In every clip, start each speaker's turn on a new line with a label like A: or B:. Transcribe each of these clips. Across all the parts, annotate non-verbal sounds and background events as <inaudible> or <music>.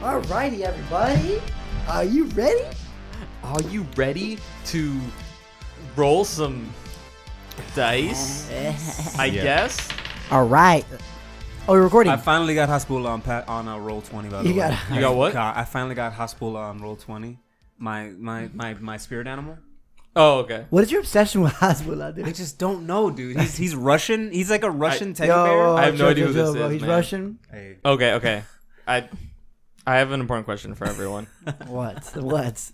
A: Alrighty, everybody. Are you ready?
B: Are you ready to roll some dice? I guess.
A: All right. Oh, you're recording.
C: I finally got Hasbullah on pa- on uh, roll twenty. By the
A: You
C: way, <laughs>
A: got-
B: You got what?
C: God, I finally got Hasbullah on roll twenty. My my my my spirit animal.
B: Oh, okay.
A: what is your obsession with Hasbullah,
C: I
A: dude?
C: just don't know, dude. He's he's Russian. He's like a Russian teddy
A: Yo,
C: bear.
B: I have no
A: yo,
B: idea
A: yo,
B: who this
A: yo, bro,
B: is,
A: He's
B: man.
A: Russian.
C: Hey,
B: Okay, okay. I I have an important question for everyone. <laughs>
A: What? What?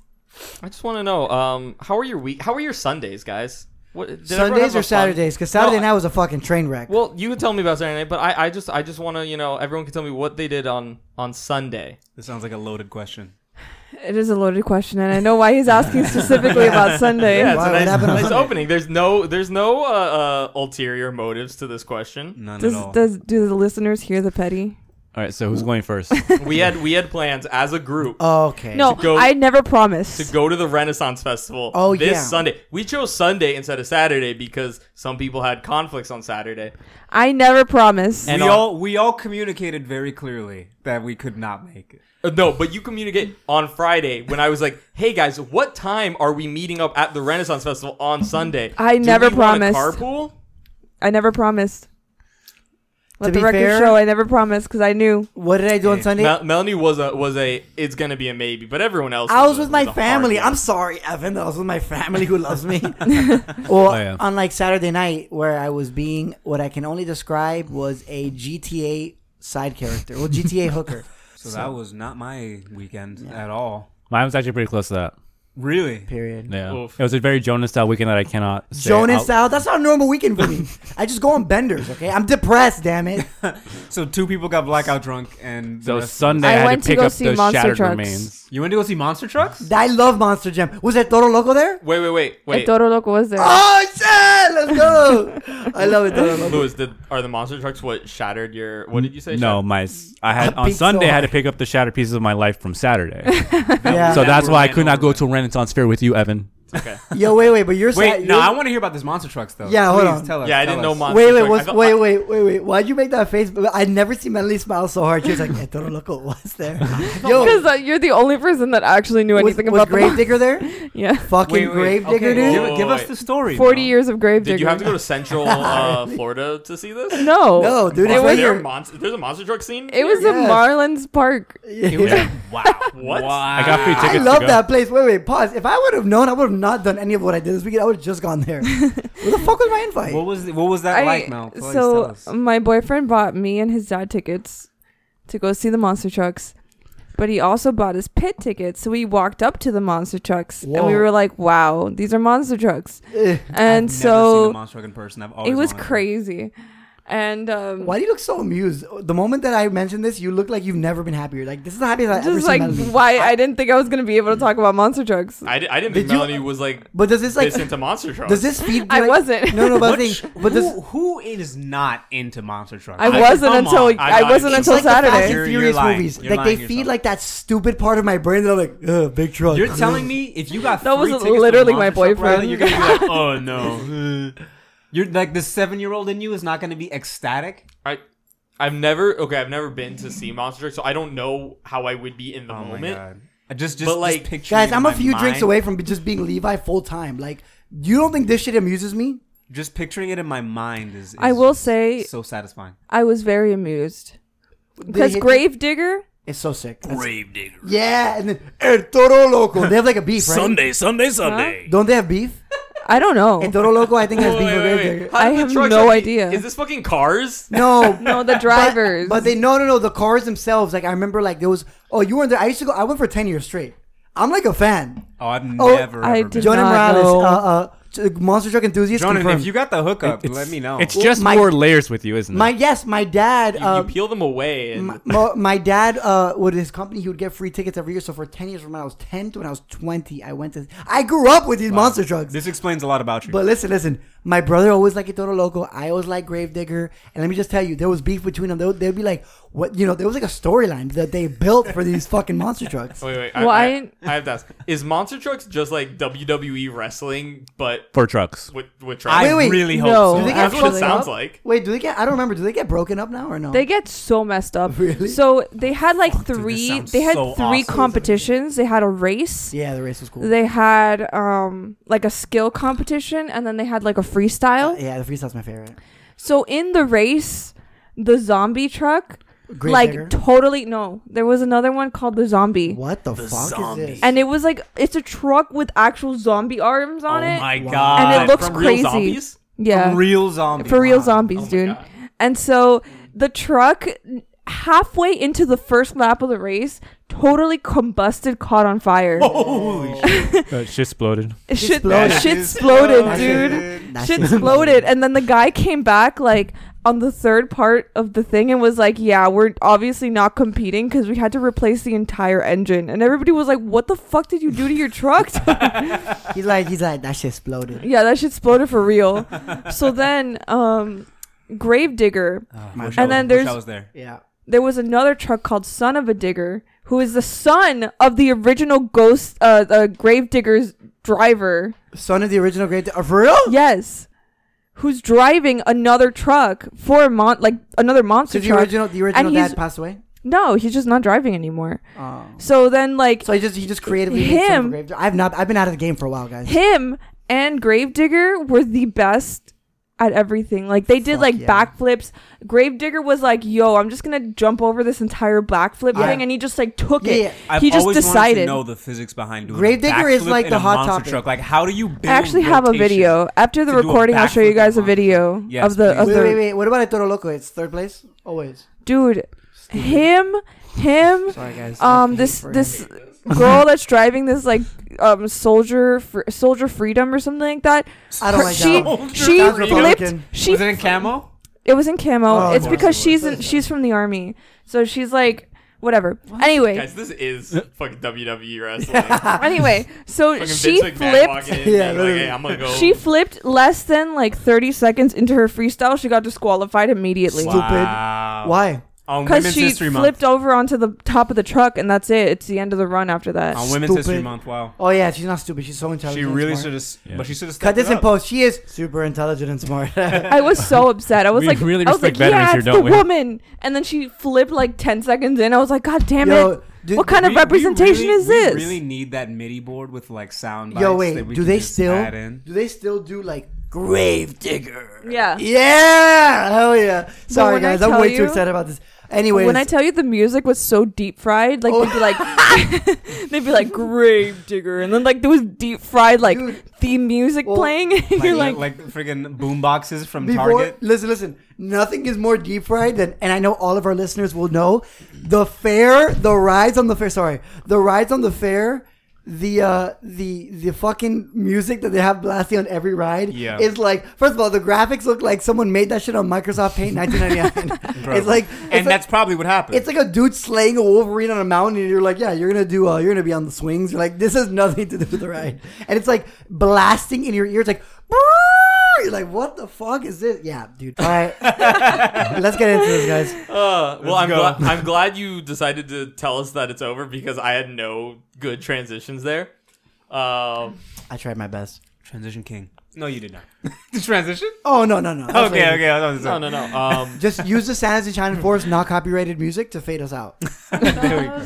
B: I just want to know um how are your week how are your Sundays, guys? What did everyone have
A: Sundays
B: a
A: or
B: fun-
A: Saturdays? Because
B: No,
A: Saturday
B: I-
A: night was a fucking train wreck.
B: Well, you can tell me about Saturday night, but I, I just I just want to, you know, everyone can tell me what they did on on Sunday.
C: this sounds like a loaded question.
D: It is a loaded question, and I know why he's
B: <laughs>
D: asking specifically about Sunday.
B: Yeah, it's
A: Why-
B: a
A: what
B: nice,
A: happened on
B: nice
A: Sunday?
B: opening. There's no there's no uh, uh ulterior motives to this
A: <laughs>
B: question.
C: None
D: Does,
C: at all.
D: does do the listeners hear the petty?
E: All right, so who's going first?
B: We had we had plans as a group
A: okay.
D: No,
B: go-
D: I never promised.
B: to go to the Renaissance Festival
A: Oh,
B: this
A: yeah.
B: Sunday. We chose Sunday instead of Saturday because some people had conflicts on Saturday.
D: I never promised.
B: And
C: we
B: on-
C: all we all communicated very clearly that we could not make it.
B: Uh, No, but you communicate on Friday when I was like, "Hey guys, what time are we meeting up at the Renaissance Festival on Sunday?"
D: I
B: Do
D: never
B: we wanna
D: promised.
B: Carpool.
D: I never promised. Let
A: To
D: the
A: be
D: record
A: fair-
D: show. I never promised because I knew.
A: What did I do on Sunday?
B: Mel- Melanie was a was a. It's gonna be a maybe, but everyone else.
A: I was
B: a-
A: with my
B: a hard
A: family.
B: no.
A: I'm sorry, Evan. I was with my family who loves me. well,
E: <laughs> Oh, yeah.
A: on like Saturday night, where I was being what I can only describe was a GTA side character, well, GTA hooker.
C: So, that was not my weekend at all.
E: Mine was actually pretty close to that.
C: Really?
A: Period.
E: Yeah,
B: Oof.
E: it was a very Jonas style weekend that I cannot. Say
A: Jonas
E: out-
A: style. That's not a normal weekend for <laughs> me. I just go on benders. Okay, I'm depressed. Damn it.
C: So two people got blackout drunk, and the
E: So
C: rest-
E: Sunday, I,
D: I
E: had
D: went
E: to
D: to
E: pick
D: go
E: up
D: see
E: the
D: Monster
E: shattered
D: Trucks.
E: remains.
C: you went to go see Monster Trucks?
A: I love Monster Jam. Was that Toro Loco <laughs> there?
B: Wait, wait, wait,
D: Wait.
B: wait.
D: Toro Loco was there.
A: Oh shit! Let's go. I love it. Toro Loco.
B: Louis, did, are the monster trucks what shattered your? What did you say?
E: No, my s- I had
A: I
E: on
A: peed so
E: Sunday I had to
A: hard.
E: pick up the shattered pieces of my life from Saturday.
A: <laughs> Yeah.
E: so that's
C: Never
E: why I
C: ran
E: could not
C: over
E: go to Renaissance Fair with you, Evan.
B: Shattered?
A: <laughs>
B: Okay.
A: Yo, wait, wait. But you're
C: Wait,
A: sad-
C: no,
A: you're-
C: I want to hear about this Monster Trucks though.
A: Yeah, hold
C: Please
A: on.
C: Tell us,
B: Yeah, I
C: tell
B: didn't know
C: us.
B: Monster
A: Wait, wait,
B: Trucks. I
A: what's,
B: thought-
A: wait, wait, wait, wait. Why'd you make that face? I'd never seen Melanie smile so hard. She was like, "Eh, Toro Loco was <laughs> there. Yo,
D: Because uh, you're the only person that actually knew
A: was,
D: anything
A: was
D: about the mon-
A: Gravedigger there?
D: <laughs> Yeah,
A: Fucking Gravedigger,
C: okay,
A: dude?
B: Whoa,
C: Give, give us
B: wait.
C: the story.
D: forty
C: bro.
D: years of Gravedigger.
B: Did you have to go to Central uh, Florida to see this?
D: No,
A: No, dude,
D: It
A: it's
B: Is
A: right
D: was
B: there
A: here.
B: a monster. There's a monster truck scene.
D: it was
A: Yes.
D: a Marlins Park.
C: It was
A: Yeah.
C: like, <laughs> wow.
B: What?
E: I got free
A: I
E: tickets. to
A: love
E: go.
A: that place. Wait, wait, pause. If I would have known, I would have not done any of what I did this weekend. I would have just gone <laughs> there. Where the fuck was my invite?
C: What was what was that
D: I-
C: like, Mel? Please tell
D: so
C: us.
D: um, my boyfriend bought me and his dad tickets to go see the monster trucks, but he also bought us pit tickets. So we walked up to the monster trucks and we
A: Whoa.
D: were like, "Wow, these are monster trucks!"
A: Ugh.
C: Eh. I've
D: And
C: never seen a
D: so
C: monster truck in person. I've always
D: it was
C: wanted to.
D: crazy. And um,
A: Why do you look so amused? The moment that I mentioned this, you look like you've never been happier. Like, this is the happiest I've ever
D: just
A: seen
D: like
A: Melanie.
D: why I didn't think I was gonna be able to talk about monster trucks.
B: I, di- I didn't
A: Did
B: think
A: you-
B: Melanie was like
A: But does this, like,
B: this into monster
A: <laughs>
B: trucks.
A: does this feed...
D: I
A: like-
D: wasn't.
A: No, no, but, I
C: What?
A: think, but does...
C: who, who is not into monster trucks?
D: I
C: Like,
D: wasn't
C: come
D: until
C: on.
D: I,
B: I- I-
D: wasn't
B: it's
D: until
A: like The Fast
D: Saturday.
A: and
C: You're- you're
A: Furious
C: lying.
A: movies.
C: You're
A: like they
C: lying
A: feed
C: yourself.
A: like that stupid part of my brain that I'm like, ugh, big truck.
C: You're telling me if you got
D: <laughs> That was
C: free tickets to
D: literally my
C: Monster Truck
D: boyfriend.
C: rally, you're gonna
D: <laughs>
C: be like, oh no. You're like the seven year old in you is not gonna be ecstatic.
B: I I've never okay, I've never been to see Monster Truck, so I don't know how I would be in the
C: Oh my
B: moment.
C: god. I Just, just,
B: But,
C: just
B: like-
A: <laughs>
C: picture
A: guys,
C: it in
A: I'm a
C: my
A: few drinks
C: mind.
A: away from be- just being Levi full time. Like, you don't think this shit amuses me?
C: Just picturing it in my mind is. is
D: I will say
C: so satisfying.
D: I was very amused
A: They
D: because
A: hit-
D: Gravedigger.
A: It's so sick. That's-
F: Gravedigger.
A: yeah, and then El Toro Loco. They have like a beef, right?
F: Sunday, Sunday, Sunday.
A: Don't they have beef?
D: I don't know.
A: El Toro Loco, I think, has
B: Wait,
A: beef
B: wait,
A: with
B: wait, wait.
A: Gravedigger.
B: How did
D: I
B: the
D: have
B: trucks
D: no
B: have-
D: idea.
B: Is this fucking cars?
C: <laughs>
A: No,
D: No, the
A: <laughs>
D: drivers.
A: But, but they no no no the cars themselves. Like I remember like there was oh you weren't there. I used to go. I went for ten years straight. I'm like a fan.
C: Oh, I've
A: Oh,
C: never.
D: I
C: ever
D: did-
C: been.
A: Jonan
D: not know.
A: Morales, uh, uh, t- monster truck enthusiast.
C: Jonan,
A: confirmed.
C: if you got the hookup,
E: It's-
C: let me know.
E: It's just
A: my-
E: more layers with you, isn't
A: my
E: it?
A: yes, my dad.
B: You,
A: uh,
B: you peel them away and
A: my, <laughs> mo- my dad uh with his company he would get free tickets every year so for 10 years from when i was 10 to when i was 20 i went to i grew up with these monster trucks
C: this explains a lot about you.
A: but listen listen my brother always liked Itoro loco i always liked gravedigger and let me just tell you there was beef between them they would, they'd be like what you know there was like a storyline that they built for these fucking monster trucks
B: Wait, wait.
D: Well,
B: I, I,
D: I-
B: I have to ask: Is monster trucks just like WWE E wrestling, but but
E: for trucks.
B: with, with
G: I
B: Travis.
A: wait,
G: really hope
D: no.
G: so.
A: Do they get
B: That's what it
A: split
B: sounds
A: up?
B: like.
A: Wait, do they get? I don't remember. Do they get broken up now or no?
D: They get so messed up.
A: Really?
D: So they had like
G: dude, this
D: three.
G: sounds
D: they had
G: so
D: three
G: awesome.
D: competitions. They had a race.
A: yeah, the race was cool.
D: They had um like a skill competition, and then they had like a freestyle.
A: yeah, the freestyle's my favorite.
D: So in the race, the zombie truck
A: Grave
D: like
A: digger.
D: totally no. There was another one called the zombie,
A: what the, fuck
G: zombie.
A: is this?
D: and it was like it's a truck with actual zombie arms on
G: oh
D: it.
G: my
A: Wow.
G: god!
D: And it looks
G: From
D: crazy.
G: Real zombies?
D: yeah,
G: From real zombies.
D: for real
G: Wow.
D: zombies, dude. And so the truck halfway into the first lap of the race totally combusted, caught on fire.
G: Holy shit!
E: Uh, shit exploded.
D: shit,
A: Exploded.
D: <laughs> shit
G: That is-
D: exploded,
G: that
D: dude.
G: is-
A: That
D: Shit
A: shit's
D: exploded, and then the guy came back like on the third part of the thing and was like, "Yeah, we're obviously not competing because we had to replace the entire engine." And everybody was like, "What the fuck did you do to your truck?"
A: <laughs>
D: <laughs>
A: He's like, he's like, that shit exploded.
D: yeah, that shit exploded for real. so then, um, Gravedigger,
G: Oh,
A: My
G: wish I
A: God.
D: And then
G: was- wish
D: there's-
G: I was there.
A: Yeah.
D: there was another truck called Son of a Digger, who is the son of the original Ghost, uh, uh Gravedigger's driver.
A: Son of the original great. Di- uh, for real?
D: Yes. Who's driving another truck for a mon like another monster
A: So the
D: truck?
A: original, the original
D: And he's-
A: dad passed away.
D: no, he's just not driving anymore.
A: Oh.
D: So then, like
A: So he just he just creatively made some
D: Him.
A: grave- I've not I've been out of the game for a while, guys.
D: him and Gravedigger were the best at everything. Like they did
A: Fuck
D: like
A: yeah.
D: backflips. Gravedigger was like, "Yo, I'm just gonna jump over this entire backflip
A: Yeah.
D: thing," and he just like took
A: Yeah,
D: it.
A: yeah.
G: I've
D: he just
G: always wanted to
D: decided.
G: know the physics behind doing
A: Gravedigger
G: a
A: is
G: backflip
A: like
G: in
A: the
G: a
A: hot
G: monster
A: topic.
G: truck. Like, how do you? Build
D: I actually have a
G: rotation?
D: video after the
G: to do a
D: recording. I'll show you
G: backflip
D: guys a
G: on it.
D: video
G: Yes,
D: of the
G: please.
D: of
A: Wait,
D: the
A: wait, wait. What about I Toro Loco? It's third place Oh, always.
D: dude. Him, him.
A: Sorry, guys. I
D: Um,
A: hate
D: this
A: for him.
D: this
A: <laughs>
D: girl that's driving this like um soldier fr- soldier freedom or something like that.
A: I don't
D: her-
A: like
D: she
A: that. one.
D: she
A: Sounds
D: flipped.
A: Republican.
D: She
G: was it in camo?
D: it was in camo.
A: Oh,
D: it's
A: of course
D: because
A: it was.
D: she's in, she's from the army, so she's like whatever. Anyway,
B: Guys, this is fucking WWE wrestling. Fucking
D: anyway, so she
B: Vince McMahon
D: flipped.
B: walking in,
A: Yeah,
B: being like,
A: literally.
B: hey, I'm gonna go.
D: She flipped less than like 30 seconds into her freestyle. She got disqualified immediately.
A: Stupid. Why?
G: On
D: Because
G: Women's
D: she
G: History
D: flipped
G: Month.
D: over onto the top of the truck, and that's it. It's the end of the run after that.
E: Oh.
G: On Women's
A: Stupid.
G: History Month. Wow.
A: Oh yeah, she's not stupid. She's so
G: She
A: intelligent. and
G: really
A: smart.
G: should have. But she should have.
A: cut this in post. She is super intelligent and
D: <laughs>
A: smart.
D: I was so upset. I was
E: We
D: like,
E: really
D: I was like,
E: respect veterans
D: yeah,
E: here,
D: it's the
E: don't we?"
D: woman. And then she flipped like 10 seconds in. I was like, God damn it.
A: Yo, do,
D: what kind of representation is this?
G: We really need that MIDI board with like sound.
A: Yo,
G: bites
A: wait.
G: That we
A: do
G: can
A: they
G: just
A: still?
G: add in.
A: Do they still do like grave digger?
D: Yeah.
A: Yeah. Hell yeah. Sorry
D: when I
A: guys, I'm
D: tell
A: way
D: you-
A: too excited about this. Anyways,
D: when I tell you the music was so deep fried, like
A: Oh.
D: they'd
A: <laughs>
D: be like, they'd be like grave digger, and then like there was deep fried like
A: Dude.
D: theme music
A: Well,
D: playing. and <laughs> you're
G: like
D: like,
G: like friggin' boom boxes from
A: before,
G: Target.
A: Listen, listen. Nothing is more deep fried than, and I know all of our listeners will know, the fair, the rides on the fair. Sorry, the rides on the fair. The uh the the fucking music that they have blasting on every ride
G: Yeah.
A: is like first of all the graphics look like someone made that shit on
G: <laughs>
A: Microsoft Paint 1999. it's like it's
G: and
A: like-
G: that's probably what happened.
A: It's like a dude slaying a Wolverine on a mountain, and you're like, yeah, you're gonna do, uh, you're gonna be on the swings. You're like, this has nothing to do with the <laughs> ride, and it's like blasting in your ears, like, "Brrrr!" you're like, what the fuck is this? Yeah, dude. All <laughs> right, let's get into this, guys.
B: Uh, well, I'm
G: go.
B: glad, I'm glad you decided to tell us that it's over because I had no good transitions there. Um,
A: I tried my best.
G: transition king. No, you did not. <laughs> the transition.
A: Oh no, no, no. That's what I
G: Okay,
A: did.
G: okay. I was
B: no,
G: on
B: no, no. Um,
A: Just use the Sands and China Force not copyrighted music to fade us out.
G: there we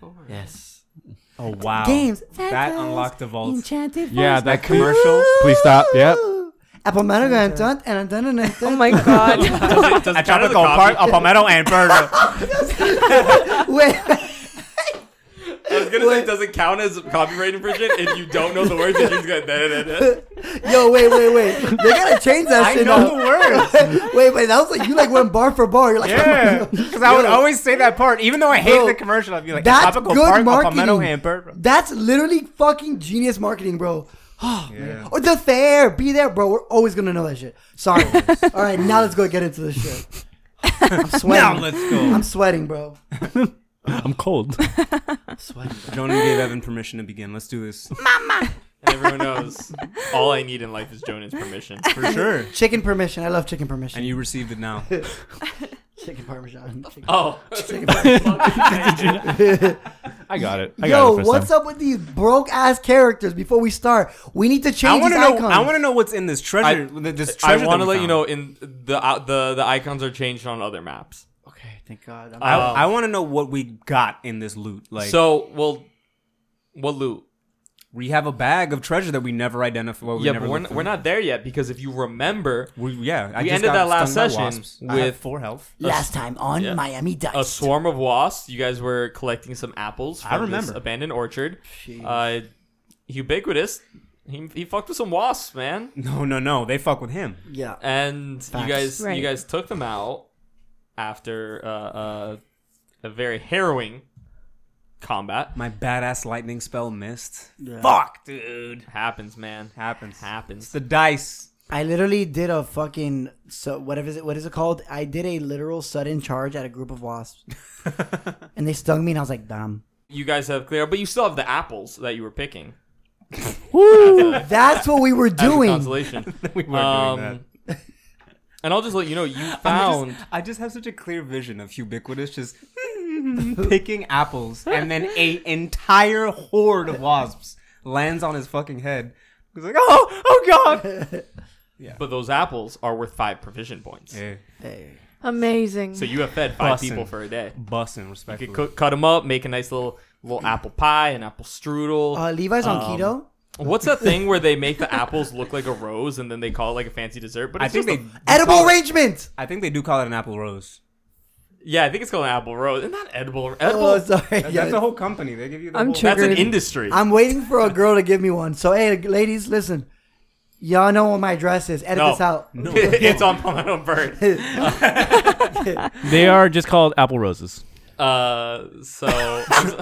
G: go.
A: Yes.
G: Oh wow.
A: Games.
G: That unlocked the vault.
A: Enchanted
E: Yeah,
A: Forest.
E: that commercial. Please stop. Yep.
A: Ooh. Apple Mango and Tunt and Dun and
D: oh
A: Dun.
D: my god,
E: <laughs>
B: does it,
C: <laughs>
B: does
G: A
B: it count as a
G: tropical
B: copy?
G: part of palmetto and
A: <laughs>
G: burger.
A: Wait. <laughs>
B: I was gonna say, does it count as copyright infringement if you don't know the words? You're just gonna da, da, da, da.
A: Yo, wait, wait, wait. They gotta change that
G: I
A: shit
G: know
A: up.
G: the words.
A: <laughs> wait, wait, that was like you like went bar for bar. You're like,
G: Yeah, because I would
A: Yo,
G: always say that part, even though I hated
A: Bro,
G: the commercial. I'd be like,
A: that's
G: "Tropical
A: good
G: Park, a
A: marketing.
G: palmetto hamper."
A: <laughs> That's literally fucking genius marketing, bro. Oh,
G: Yeah.
A: Or the fair, be there, bro. We're always gonna know that shit.
G: <laughs>
A: Sorry. All right, now let's go get into this shit. I'm
G: Now
A: sweating.
G: let's
A: I'm <laughs>
G: go.
A: sweating, bro.
E: I'm cold.
G: Jonah gave Evan permission to begin. Let's do
A: <laughs>
G: this
B: And everyone knows all I need in life is Jonah's permission.
G: for sure.
A: Chicken permission. I love chicken permission.
G: And you received it now. <laughs>
A: chicken parmesan. Chicken-
B: Oh,
A: chicken parmesan.
E: I got it. I got
A: Yo,
E: it. First
A: what's
E: time.
A: up with these broke ass characters? Before we start, we need to
C: I
A: change
C: want
A: these
C: to know.
A: icons.
C: I want to know what's in this treasure. this
B: I
C: treasure
B: want
C: that
B: to
C: we
B: let you
C: found.
B: know in the uh, the the icons are changed on other maps.
A: Okay, thank God. I'm-
C: I,
B: Um,
C: I want to know what we got in this loot. Like,
B: so, well, what loot?
C: we have a bag of treasure that we never identified. Well, we
B: yeah,
C: never
B: but we're,
C: looked
B: n- we're
C: through.
B: not there yet because if you remember,
C: We, yeah, I
B: We
C: just
B: ended
C: got
B: that last
C: stung by
B: session
C: wasps. I
B: with-
C: have four health.
A: Last time on Miami Dice.
B: a swarm of wasps. You guys were collecting some apples. From
C: I remember.
B: this abandoned orchard.
A: Jeez.
B: Uh, ubiquitous. He, he fucked with some wasps, man.
C: No, no, no. They fuck with him.
A: yeah.
B: And
A: Facts.
B: you guys
D: Right.
B: you guys took them out after uh, uh, a very harrowing combat.
C: My badass lightning spell missed.
A: Yeah.
C: Fuck, dude.
B: Happens, man.
C: Happens. It's
B: Happens.
C: the dice. <laughs>
A: I literally did a fucking so what is it? What is it called? I did a literal sudden charge at a group of wasps,
B: <laughs>
A: and they stung me, and I was like, "Damn,
B: You guys have clear, but you still have the apples that you were picking.
A: that's what we were
B: as a
A: doing."
C: <laughs>
B: consolation.
C: We weren't
B: Um,
C: <laughs> doing that.
B: And I'll just let you know you
C: I
B: found.
C: just, I just have such a clear vision of ubiquitous <laughs> just picking apples and then a entire horde of wasps lands on his fucking head. He's like, oh, oh <laughs> god.
B: But those apples are worth five provision points.
C: Hey,
A: Hey.
D: Amazing.
B: So you have fed five
C: Bussin'.
B: people for a day.
C: bussin'
B: You
C: respectfully.
B: could cook, cut them up, make a nice little little apple pie, an apple strudel.
A: Uh, Levi's on
B: Um,
A: keto.
B: What's that thing where they make the apples look like a rose and then they call it like a fancy dessert? But
C: I
B: it's
C: think they
B: just
C: do
B: a-
A: Edible
C: call it-
A: arrangement.
C: I think they do call it an apple rose.
B: yeah, I think it's called an apple rose. Isn't that edible? <laughs> Edible.
A: Oh, sorry.
C: That-
A: Yeah.
C: That's a whole company. They give you the
D: I'm
C: whole
D: tri-
B: That's an
D: triggered.
B: industry.
A: I'm waiting for a girl to give me one. So, hey, ladies, listen. Y'all know what my dress is. Edit
B: no,
A: this out. <laughs>
B: <laughs> No, it's on Palmetto Bird.
E: They are just called apple roses.
B: Uh, so,
C: <laughs>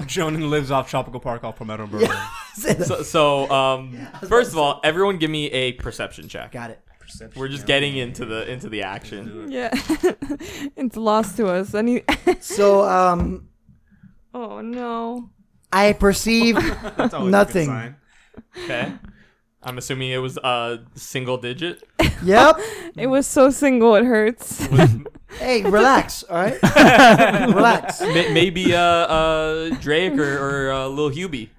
C: Jonan lives off Tropical Park off Palmetto Burger.
B: so, so um, first of all, everyone, give me a perception check.
A: Got it.
B: We're just getting into the into the
D: <laughs>
B: action.
D: yeah, it's lost to us. Any? <laughs>
A: So, um,
D: oh no.
A: I perceive <laughs> nothing.
B: Okay. I'm assuming it was uh single digit.
A: Yep.
D: It was so single, it
B: <laughs>
D: hurts.
A: Hey, relax. All right. relax.
B: May- Maybe uh uh Drake or, or uh, Lil Hubie.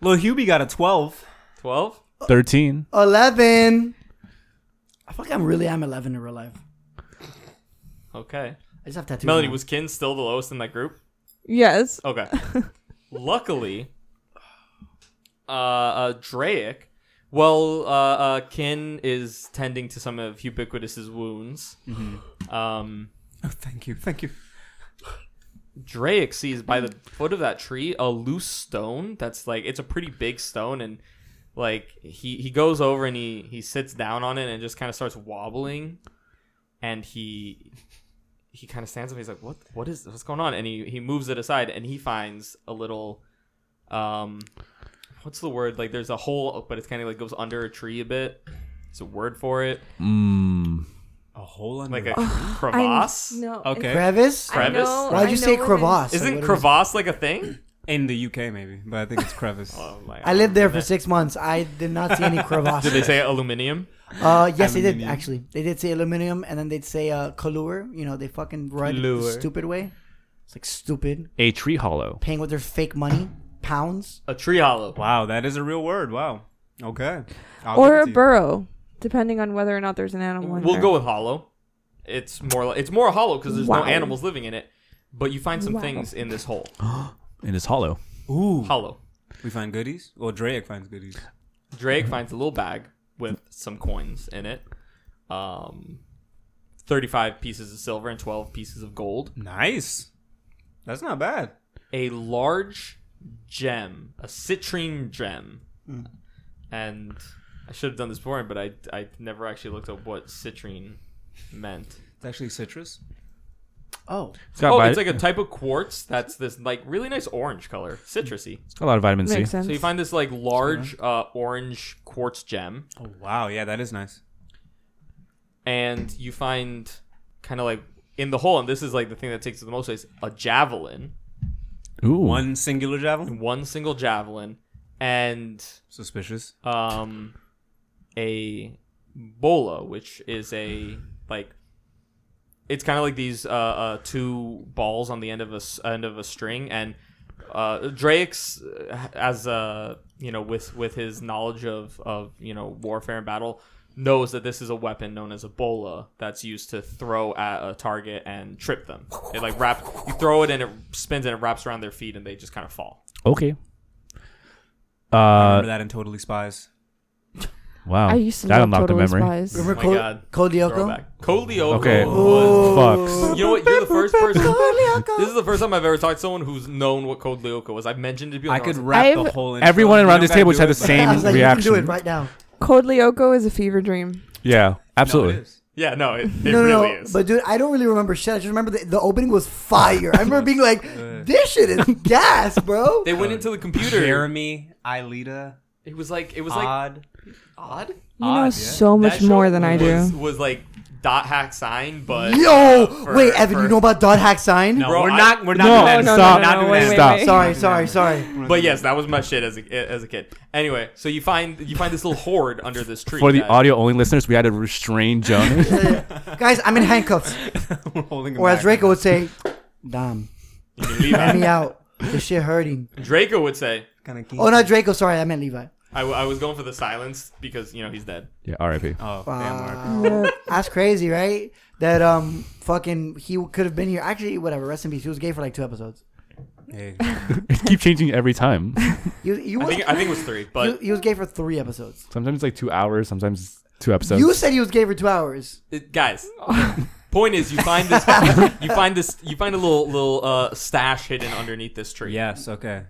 C: Lil Hubie got a 12.
B: Twelve.
E: Thirteen.
A: Eleven. I fuck. I'm really. I'm eleven in real life.
B: Okay.
A: I just have tattoos.
B: Melody
A: now.
B: was Kin still the lowest in that group.
D: yes.
B: Okay. Luckily, uh, uh Drake. Well, uh, uh, Kin is tending to some of Ubiquitous's wounds. Um,
C: Oh, thank you. Thank you.
B: Drake sees by
A: Mm.
B: the foot of that tree a loose stone that's like it's a pretty big stone and like he he goes over and he he sits down on it and just kind of starts wobbling and he he kind of stands up he's like what what is what's going on and he he moves it aside and he finds a little um what's the word like there's a hole but it's kind of like goes under a tree a bit it's a word for it
E: Mmm.
C: A whole under.
B: like a crevasse
D: no.
C: Okay.
A: crevice.
D: I
B: Crevice?
D: know-
A: Why'd
D: I
A: you say
D: know what it is.
A: crevasse? Like,
B: isn't
A: what is-
B: crevasse like a thing
C: In the UK, maybe, but I think it's crevice.
B: oh my
A: I lived there for six months. I did not see
B: <laughs>
A: any crevasse.
B: did they say aluminium
A: Uh, yes, they did
C: Aluminium.
A: actually. They did say aluminum, and then they'd say uh, color. You know, they fucking write it the
B: Color.
A: stupid way. It's like stupid
E: A tree hollow.
A: paying with their fake money, pounds.
B: a tree hollow
C: Wow, that is a real word. Wow. Okay. I'll give
D: Or
C: it
D: a
C: to you.
D: burrow, depending on whether or not there's an animal. in
B: We'll
D: there.
B: go with hollow. It's more like, it's more hollow because there's
D: Wow.
B: no animals living in it. But you find some
D: Wow. Oh.
B: things in this hole.
E: It is hollow.
C: Ooh.
B: Hollow.
C: We find goodies? Well, Drake finds goodies.
B: Drake finds a little bag with some coins in it. Um, thirty-five pieces of silver and twelve pieces of gold.
C: Nice. That's not bad.
B: A large gem, a citrine gem,
D: Mm.
B: and I should have done this before, but I I never actually looked up what citrine meant.
C: It's actually citrus.
A: Oh,
E: It's got,
B: oh,
E: vit-
B: it's like a type of quartz that's this like really nice orange color, citrusy.
E: it's got a lot of vitamin C.
D: Makes sense.
B: So you find this like large uh, orange quartz gem,
C: Oh, wow. Yeah, that is nice.
B: and you find kind of like in the hole, and this is like the thing that takes the most place a javelin,
E: Ooh.
C: One singular javelin?
B: one single javelin, and
C: Suspicious.
B: um, a bola, which is a like it's kind of like these uh, uh, two balls on the end of a s- end of a string, and uh, Drake's uh, as uh, you know with with his knowledge of of you know warfare and battle knows that this is a weapon known as Ebola that's used to throw at a target and trip them. It like wrap you throw it and it spins and it wraps around their feet and they just kind of fall.
E: Okay.
G: I
E: Uh,
G: remember that in Totally Spies.
E: wow.
D: I used to
E: that
D: love
E: unlocked
D: Totally
E: a memory.
D: Spies.
A: Remember
B: Oh my
A: Code-
B: God.
A: Code Lyoko?
B: Throwback. Coleoco
E: Okay.
B: was
E: Fucks.
B: You know what? You're the first person.
A: Code Lyoko.
B: This is the first time I've ever talked to someone who's known what Code Lyoko was. I've mentioned it to people.
G: I
B: and
G: could
B: was
G: wrap the
D: I've-
G: whole. intro.
E: Everyone
G: You
E: around
G: don't
E: this
G: gotta
E: table
G: do
E: had
G: it,
E: the
G: but-
C: <laughs>
E: same-
A: I was like,
E: reaction.
A: you can do it right now.
D: Code Lyoko is a fever dream.
E: Yeah,
G: No,
E: absolutely.
G: it is.
B: yeah, no, it, it
A: no, no,
B: really
A: no.
B: is.
A: But dude, I don't really remember shit. I just remember the, the opening was fire. I
B: <laughs>
A: remember being like, "This shit is gas, bro."
B: they went into the computer.
G: Jeremy, Ailita,
B: It was like it was like
G: Odd.
B: odd.
D: You
G: Odd,
D: know
G: yeah.
D: so much
B: That
D: more
B: show
D: than I
B: was-
D: do.
B: Was like dot hack sign, but
A: Yo,
B: for-
A: wait, Evan,
B: for-
A: you know about dot hack sign?
B: No. Bro,
G: we're
B: I-
G: not. We're not
E: No,
G: doing that.
E: no,
G: We're
E: no,
G: not
E: no,
G: doing
E: wait,
G: that.
E: wait, Stop.
A: <laughs>
E: wait.
A: Sorry, sorry, sorry.
B: <laughs> But yes, that was my shit as a as a kid. Anyway, so you find you find this little horde under this tree.
E: For the
B: that-
E: audio only listeners, we had to restrain Jonah. <laughs>
A: Guys, I'm in handcuffs.
G: <laughs> We're holding him
A: Or as
G: back.
A: Draco would say, "Damn,
B: you can leave
A: let me
B: out.
A: out. This shit
B: <laughs>
A: hurting."
B: Draco would say,
G: Kinda kinky.
A: Oh no, Draco. Sorry, I meant Levi.
B: I, w- "I was going for the silence because you know he's dead."
E: yeah, <laughs> R.I.P.
G: Oh, damn.
A: Wow. Uh, That's crazy, right? That um, fucking, he could have been here. Actually, whatever. Rest in peace. He was gay for like two episodes.
G: Hey.
E: Keep changing every time.
A: You, you
B: I
A: was,
B: think I think it was three,
A: you,
B: but
A: he was gay for three episodes.
E: Sometimes it's like two hours. Sometimes it's two episodes.
A: you said he was gay for two hours.
B: it, guys. Point is, you find this, <laughs> you find this, you find a little little uh, stash hidden underneath this tree.
G: Yes. Okay.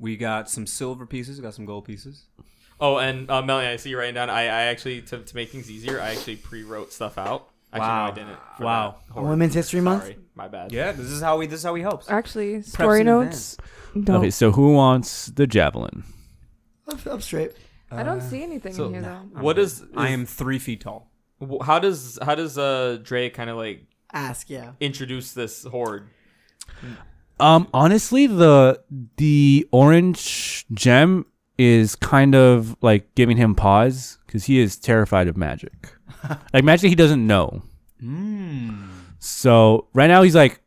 G: We got some silver pieces. We got some gold pieces.
B: Oh, and uh, Melanie, I see you writing down. I, I actually to, to make things easier, I actually pre-wrote stuff out. Actually,
G: Wow.
B: no, I didn't. for
G: Wow.
B: that
A: On
B: horde.
A: Women's History Month.
B: Sorry, my bad.
G: Yeah. This is how we. This is how we help.
D: Actually, story
G: in
D: notes. Don't.
E: Okay, so who wants the javelin?
A: I'm, I'm straight.
D: I don't see anything
B: uh, so-
D: in here
B: Nah.
D: though.
B: What is, is
G: I am three feet tall.
B: wh- How does how does uh Dre kind of like
A: Ask, yeah.
B: introduce this horde?
E: Um, honestly, the the orange gem is kind of like giving him pause because he is terrified of <laughs> magic, like magic he doesn't know.
G: Hmm.
E: So right now he's like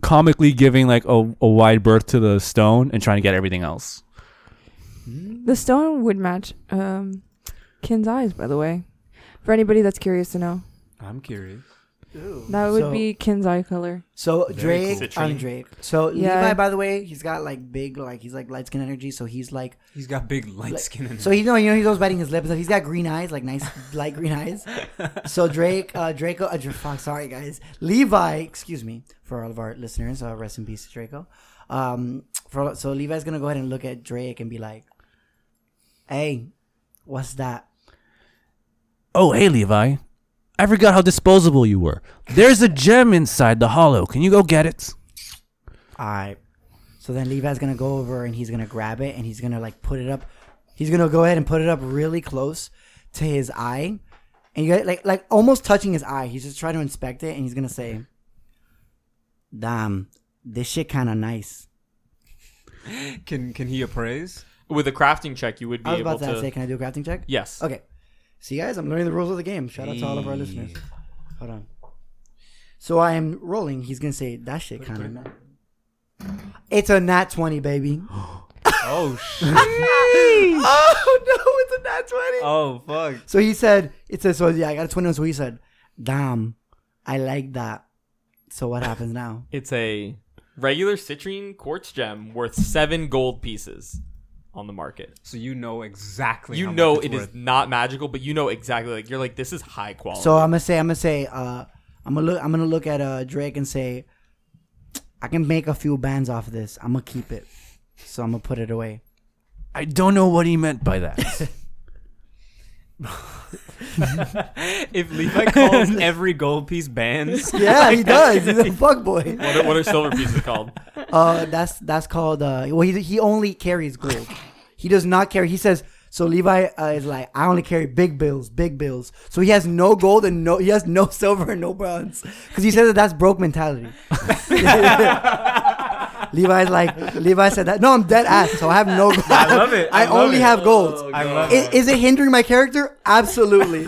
E: comically giving like a, a wide berth to the stone and trying to get everything else.
D: The stone would match um, Kin's eyes, by the way. For anybody that's curious to know,
G: I'm curious.
D: that would
A: So-
D: be Kin's eye color.
A: So
G: Very
A: Drake,
B: cool.
A: I'm Drake. So
D: Yeah.
A: Levi, by the way, he's got like big, like he's like light skin energy. So he's like,
G: He's got big light
A: like-
G: skin. In
A: so he know you know he's always biting his lips. He's got green eyes, like nice <laughs> light green eyes. So Drake, uh, Draco, uh, Dra- fuck, sorry guys, Levi, excuse me, for all of our listeners, uh, rest in peace, Draco. Um, for, so Levi's gonna go ahead and look at Drake and be like, "Hey, what's that?"
E: Oh, hey, Levi. I forgot how disposable you were. There's a gem inside the hollow. Can you go get it?
A: All right. So then Levi's gonna go over and he's gonna grab it and he's gonna like put it up. He's gonna go ahead and put it up really close to his eye, and you got like like almost touching his eye. He's just trying to inspect it and he's gonna say, "Damn, this shit kind of nice."
G: <laughs> can can he appraise?
B: With a crafting check, you would be
A: I was
B: able
A: about to,
B: to.
A: say, "Can I do a crafting check?"
B: yes.
A: Okay. See, guys, I'm learning the rules of the game. Shout out to all of our
G: Hey.
A: listeners. Hold on. So I am rolling. He's gonna say that shit kind of. nice. It's a nat twenty, baby.
G: Oh
A: <laughs>
G: shit!
A: oh no, it's a nat twenty.
G: oh fuck!
A: So he said, it says, so yeah, I got a 21. So he said, damn, I like that. So what happens now?
B: It's a regular citrine quartz gem worth seven gold pieces on the market.
G: So you know exactly.
B: You
G: how much
B: know
G: it's
B: it is
G: worth.
B: not magical, but you know exactly like you're like this is high quality.
A: So I'm gonna say, I'm gonna say, uh, I'm gonna look, I'm gonna look at uh, Drake and say, I can make a few bands off of this. I'm gonna keep it. So I'm gonna put it away.
E: I don't know what he meant by that.
G: If Levi calls every gold piece bands,
A: Yeah, he does. <laughs> He's a fuck boy.
B: <laughs> what, are, what are silver pieces called?
A: <laughs> Uh, that's that's called. Uh, well, he he only carries gold. He does not carry. He says so. Levi uh, is like, I only carry big bills, big bills. So he has no gold and no he has no <laughs> silver and no bronze because he says that that's broke mentality. <laughs> Levi's like Levi said that. No, I'm dead ass. So I have no gold. I
G: love it.
A: I,
G: I love
A: only
G: it.
A: have gold.
G: I love
A: Is, is it hindering my character? Absolutely.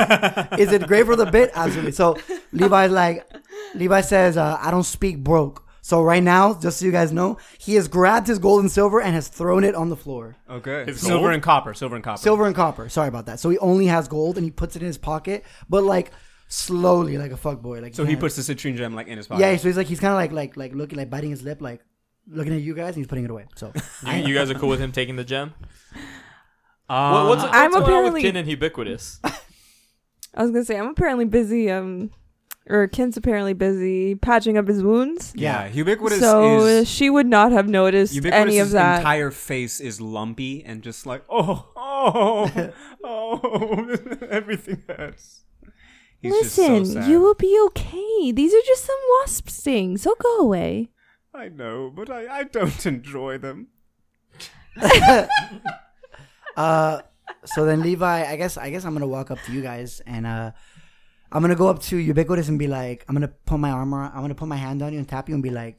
A: is it great for the bit? Absolutely. So Levi's like, Levi says, uh, I don't speak broke. So right now, just so you guys know, he has grabbed his gold and silver and has thrown it on the floor.
C: Okay.
B: His
H: Silver
B: gold?
H: and copper. Silver and copper.
A: Silver and copper. Sorry about that. So he only has gold and he puts it in his pocket, but like slowly, like a fuck boy. Like
C: So he
A: yeah.
C: puts the citrine gem like in his pocket.
A: Yeah, so he's like he's kind of like like like looking like biting his lip, like looking at you guys, and he's putting it away. So <laughs>
B: You, you guys are cool with him taking the gem?
H: Uh,
B: What- what's what's
D: I'm
B: going on with
D: apparently-
B: Kin and Ubiquitous?
D: I was gonna say I'm apparently busy. Um, or Kin's apparently busy patching up his wounds.
C: Yeah, ubiquitous
D: so
C: is
D: she would not have noticed any of
C: ubiquitous's
D: that.
C: entire face is lumpy and just like <laughs> oh oh oh <laughs> everything hurts. He's
D: Listen,
C: just so sad.
D: you will be okay. These are just some wasp stings. They'll go away.
C: I know, but I, I don't enjoy them.
A: Uh, so then Levi, I guess I guess I'm gonna walk up to you guys and uh, I'm gonna go up to Ubiquitous and be like, I'm gonna put my arm around, I'm gonna put my hand on you and tap you and be like,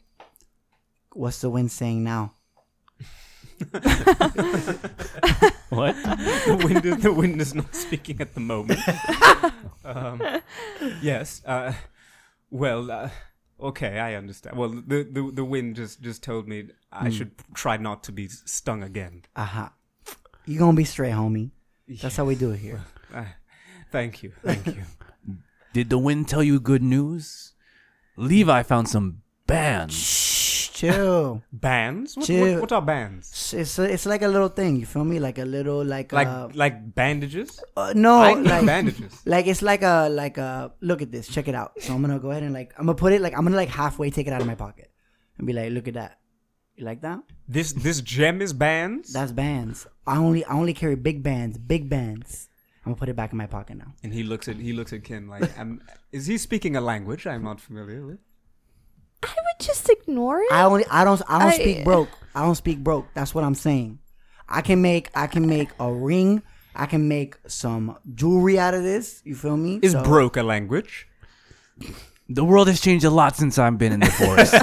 A: what's the wind saying now?
E: <laughs> What?
C: the wind is, the wind is not speaking at the
D: <laughs>
C: moment. um, yes. Uh, well, uh, okay, I understand. Well, the, the the wind just just told me I should try not to be s- stung again.
A: Aha, you gonna be straight, homie. That's how we do it here.
C: Uh, thank you, thank you.
E: Did the wind tell you good news? Levi found some bands.
A: Shh, chill.
C: bands? What,
A: Chill.
C: what, what are bands?
A: It's- It's a, it's like a little thing. You feel me? Like a little like
C: Like
A: uh,
C: like bandages?
A: uh, no
C: I need
A: like
C: bandages.
A: Like it's like a like a look at this, check it out. So I'm gonna go ahead and like I'm gonna put it like I'm gonna like halfway take it out of my pocket and be like, look at that. You like that?
C: This this gem is bands.
A: That's bands. I only I only carry big bands, big bands. I'm gonna put it back in my pocket now.
C: and he looks at he looks at Ken like, um, is he speaking a language I'm not familiar with?
D: I would just ignore it.
A: I only I don't I don't
D: I-
A: speak broke. I don't speak broke. That's what I'm saying. I can make I can make a ring. I can make some jewelry out of this. You feel me?
C: Is
A: So-
C: broke a language?
E: The world has changed a lot since I've been in the forest.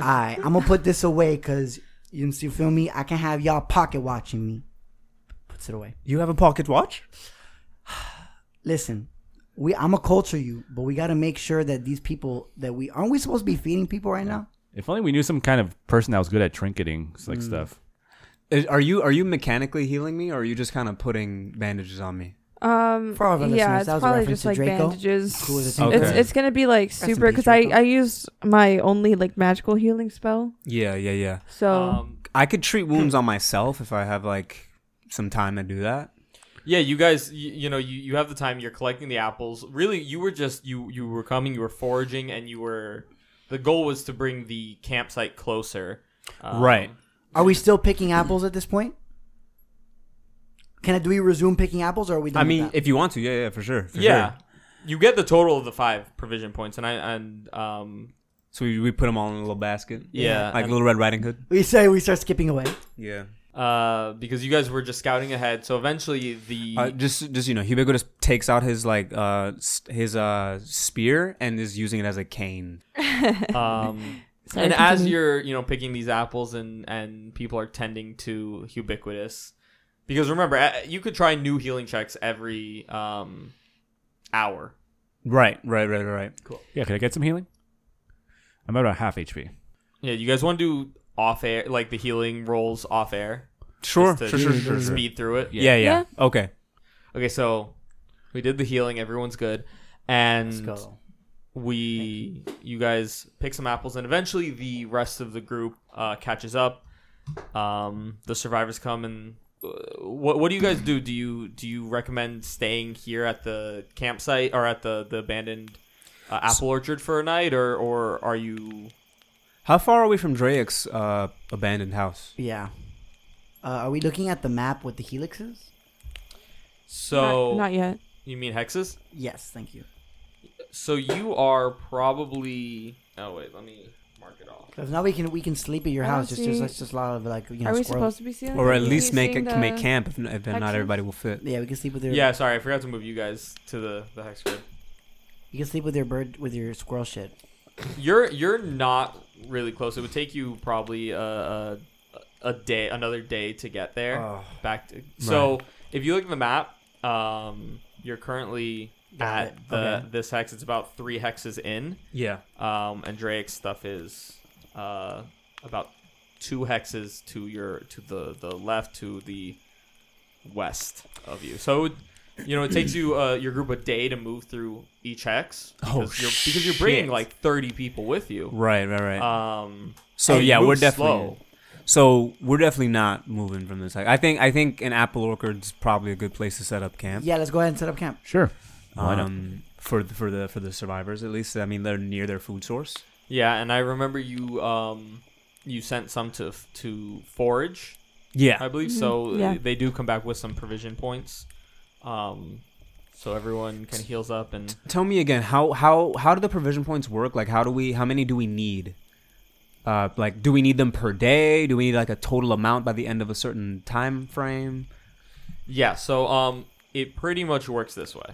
A: Alright, I'm gonna put this away because you you feel me? I can have y'all pocket watching me. Puts it away.
C: You have a pocket watch?
A: listen, we I'm a culture you, but we got to make sure that these people that we aren't we supposed to be feeding people right now?
E: <laughs> if only we knew some kind of person that was good at trinketing like stuff.
C: Is- Uh, Are you are you mechanically healing me, or are you just kind of putting bandages on me?
D: um,
A: For all of our
D: yeah,
A: listeners,
D: it's
A: that was a
D: probably
A: reference
D: just
A: to
D: like
A: Draco.
D: bandages.
A: Cool as it
C: Okay.
D: It's it's gonna be like
A: in
D: super
A: peace,
D: because I
A: Draco.
D: I used my only like magical healing spell.
C: Yeah, yeah, yeah.
D: So
B: Um,
C: I could treat wounds on myself if I have like some time to do that.
B: yeah, you guys, you, you know, you, you have the time. You're collecting the apples. Really, you were just you you were coming. You were foraging, and you were. The goal was to bring the campsite closer. Um,
A: Are we still picking apples at this point? Can I, do we resume picking apples or are we done?
C: I
A: with
C: mean,
A: that?
C: if you want to, yeah, yeah, for sure. for
B: Yeah.
C: sure.
B: You get the total of the five provision points, and I and um
C: So we, we put them all in a little basket.
B: yeah,
C: Like
B: and-
C: Little Red Riding Hood.
A: we say we start skipping away.
C: Yeah.
B: uh because you guys were just scouting ahead. So eventually
C: <laughs>
B: the
C: Uh, just just you know, Hubigo just takes out his like uh s- his uh spear and is using it as a cane.
B: um
D: Sorry,
B: and as
D: continue.
B: you're you know picking these apples and and people are tending to ubiquitous because remember uh, you could try new healing checks every um hour
C: Right, right, right, right.
E: Yeah, could I get some healing? I'm about half HP.
B: yeah you guys want to do off air like the healing rolls off air
C: Sure,
B: just to
C: sure, sure, sure, sure.
B: speed through it
C: Yeah, yeah,
D: Yeah.
C: Okay.
B: okay so we did the healing everyone's good
A: Let's
B: and
A: go.
B: we you guys pick some apples and eventually the rest of the group uh, catches up um, the survivors come and uh, what, what do you guys do do you do you recommend staying here at the campsite or at the the abandoned uh, apple orchard for a night or or are you
C: How far are we from Drake's uh abandoned house?
A: Yeah. Uh, are we looking at the map with the helixes?
B: so
D: not, not yet.
B: you mean hexes
A: Yes, thank you.
B: so you are probably oh wait let me mark it off
A: 'Cause now we can we can sleep at your
D: I
A: house.
D: don't
A: Just just
D: see-
A: that's just a lot of like you know.
D: Are we
A: squirrels.
D: supposed to be seeing?
C: Or at
D: are
C: least
D: you
C: make
D: seeing
C: it make
D: the-
C: camp if, if not
D: actions?
C: everybody will fit.
A: Yeah, we can sleep with your.
B: yeah sorry i forgot to move you guys to the the hex grid
A: You can sleep with your bird with your squirrel shit.
B: You're you're not really close. It would take you probably a a, a day, another day to get there.
C: Oh.
B: Back to, so if you look at the map, um, you're currently at the this hex. It's about three hexes in.
C: Yeah.
B: Um, and Drake's stuff is uh, about two hexes to your to the the left to the west of you. So, you know, it takes you uh, your group a day to move through each hex because,
C: Oh,
B: you're, because you're bringing
C: shit.
B: like thirty people with you.
C: Right, right, right.
B: Um,
C: so
B: and it
C: yeah, we're
B: moves
C: definitely
B: slow.
C: So we're definitely not moving from this. I think I think an apple orchard's probably a good place to set up camp.
A: Yeah, let's go ahead and set up camp.
E: Sure. Why not?
C: um, for the, for the for the survivors at least. I mean, they're near their food source.
B: Yeah, and I remember you um you sent some to to forage, I
C: Yeah.
B: believe. So uh,
D: Mhm, yeah.
B: they do come back with some provision points. Um, so everyone kind of heals up and
C: Tell me again how how how do the provision points work? Like, how do we how many do we need? Uh, like, do we need them per day? Do we need like a total amount by the end of a certain time frame?
B: yeah. So um, it pretty much works this way.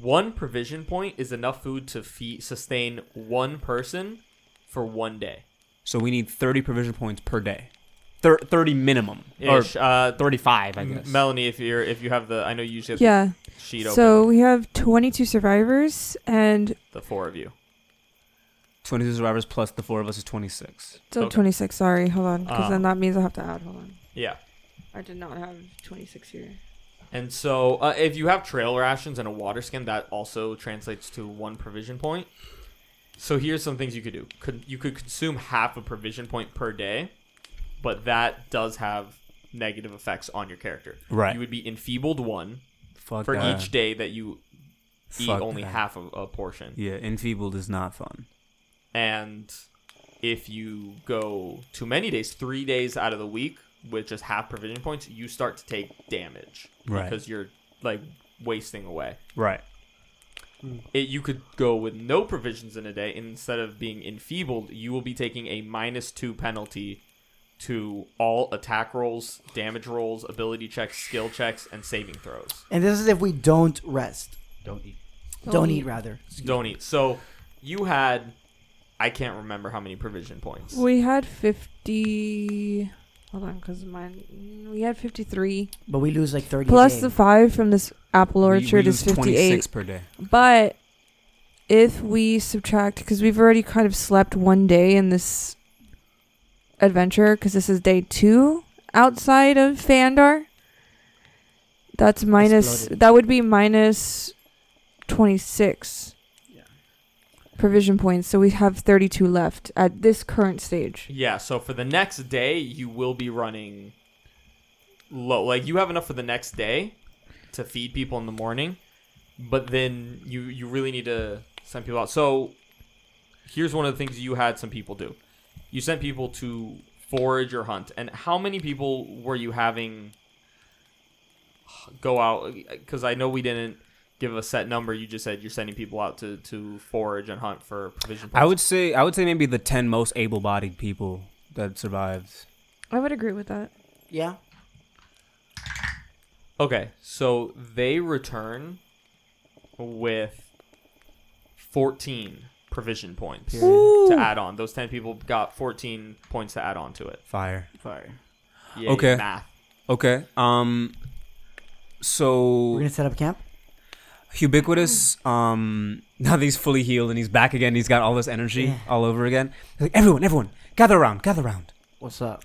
B: One provision point is enough food to feed sustain one person for one day.
C: So we need thirty provision points per day, Thir- thirty minimum or
B: Ish. Uh,
C: thirty-five, I
B: M-
C: guess.
B: Melanie, if you're if you have the, I know you usually have
D: Yeah.
B: the sheet open.
D: So we have 22 survivors, and
B: the four of you.
C: Twenty-two survivors plus the four of us is twenty-six.
D: still
B: Okay.
D: 26. Sorry, hold on, because
B: Ah.
D: then that means I have to add. Hold on,
B: Yeah.
D: I did not have 26 here.
B: And so, uh, if you have trail rations and a water skin, that also translates to one provision point. So here's some things you could do. Could you could consume half a provision point per day, but that does have negative effects on your character.
C: Right.
B: You would be enfeebled one
C: Fuck
B: for
C: that.
B: each day that you eat
C: Fuck
B: only
C: that.
B: half of a portion.
C: Yeah, enfeebled is not fun.
B: And if you go too many days, three days out of the week with just half provision points, you start to take damage
C: Right.
B: because you're like wasting away.
C: Right.
B: it, you could go with no provisions in a day and instead of being enfeebled you will be taking a minus two penalty to all attack rolls damage rolls ability checks skill checks and saving throws
A: And this is if we don't rest.
B: don't eat
A: Don't, eat, rather.
B: don't eat so you had i can't remember how many provision points
D: We had 50. Hold on, because mine. We had 53.
A: But we lose like 30
D: Plus
A: a
D: the
A: game.
D: five from this apple
C: We- we
D: orchard is
C: use
D: 58.
C: per day.
D: But if we subtract, because we've already kind of slept one day in this adventure, because this is day two outside of Fandar. That's minus.
A: Exploded.
D: That would be minus twenty six. Provision points, so we have 32 left at this current stage.
B: yeah so for the next day you will be running low like you have enough for the next day to feed people in the morning but then you you really need to send people out so here's one of the things you had some people do you sent people to forage or hunt and how many people were you having go out because i know we didn't give a set number you just said you're sending people out to to forage and hunt for provision
C: I
B: points.
C: would say I would say maybe the ten most able-bodied people that survived.
D: I would agree with that.
A: Yeah.
B: Okay, so they return with 14 provision points to add on. Those 10 people got 14 points to add on to it.
C: Fire.
A: Fire.
B: Yay,
C: Okay.
B: Math.
C: Okay. Um.
A: We're
C: So
A: going to set up camp.
C: ubiquitous. Um. <laughs> Now that he's fully healed and he's back again. He's got all this energy
A: Yeah.
C: all over again. He's like, everyone, everyone, gather around, gather around.
A: What's up?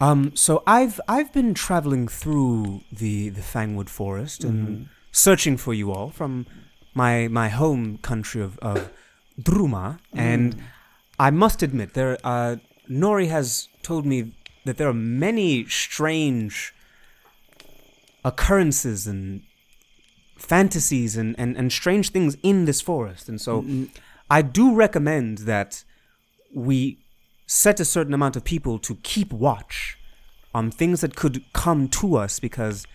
C: Um. So I've I've been traveling through the the Fangwood Forest and searching for you all from my my home country of of Druma and. I must admit, there. Uh, Nori has told me that there are many strange occurrences and fantasies and, and, and strange things in this forest. And so I do recommend that we set a certain amount of people to keep watch on things that could come to us because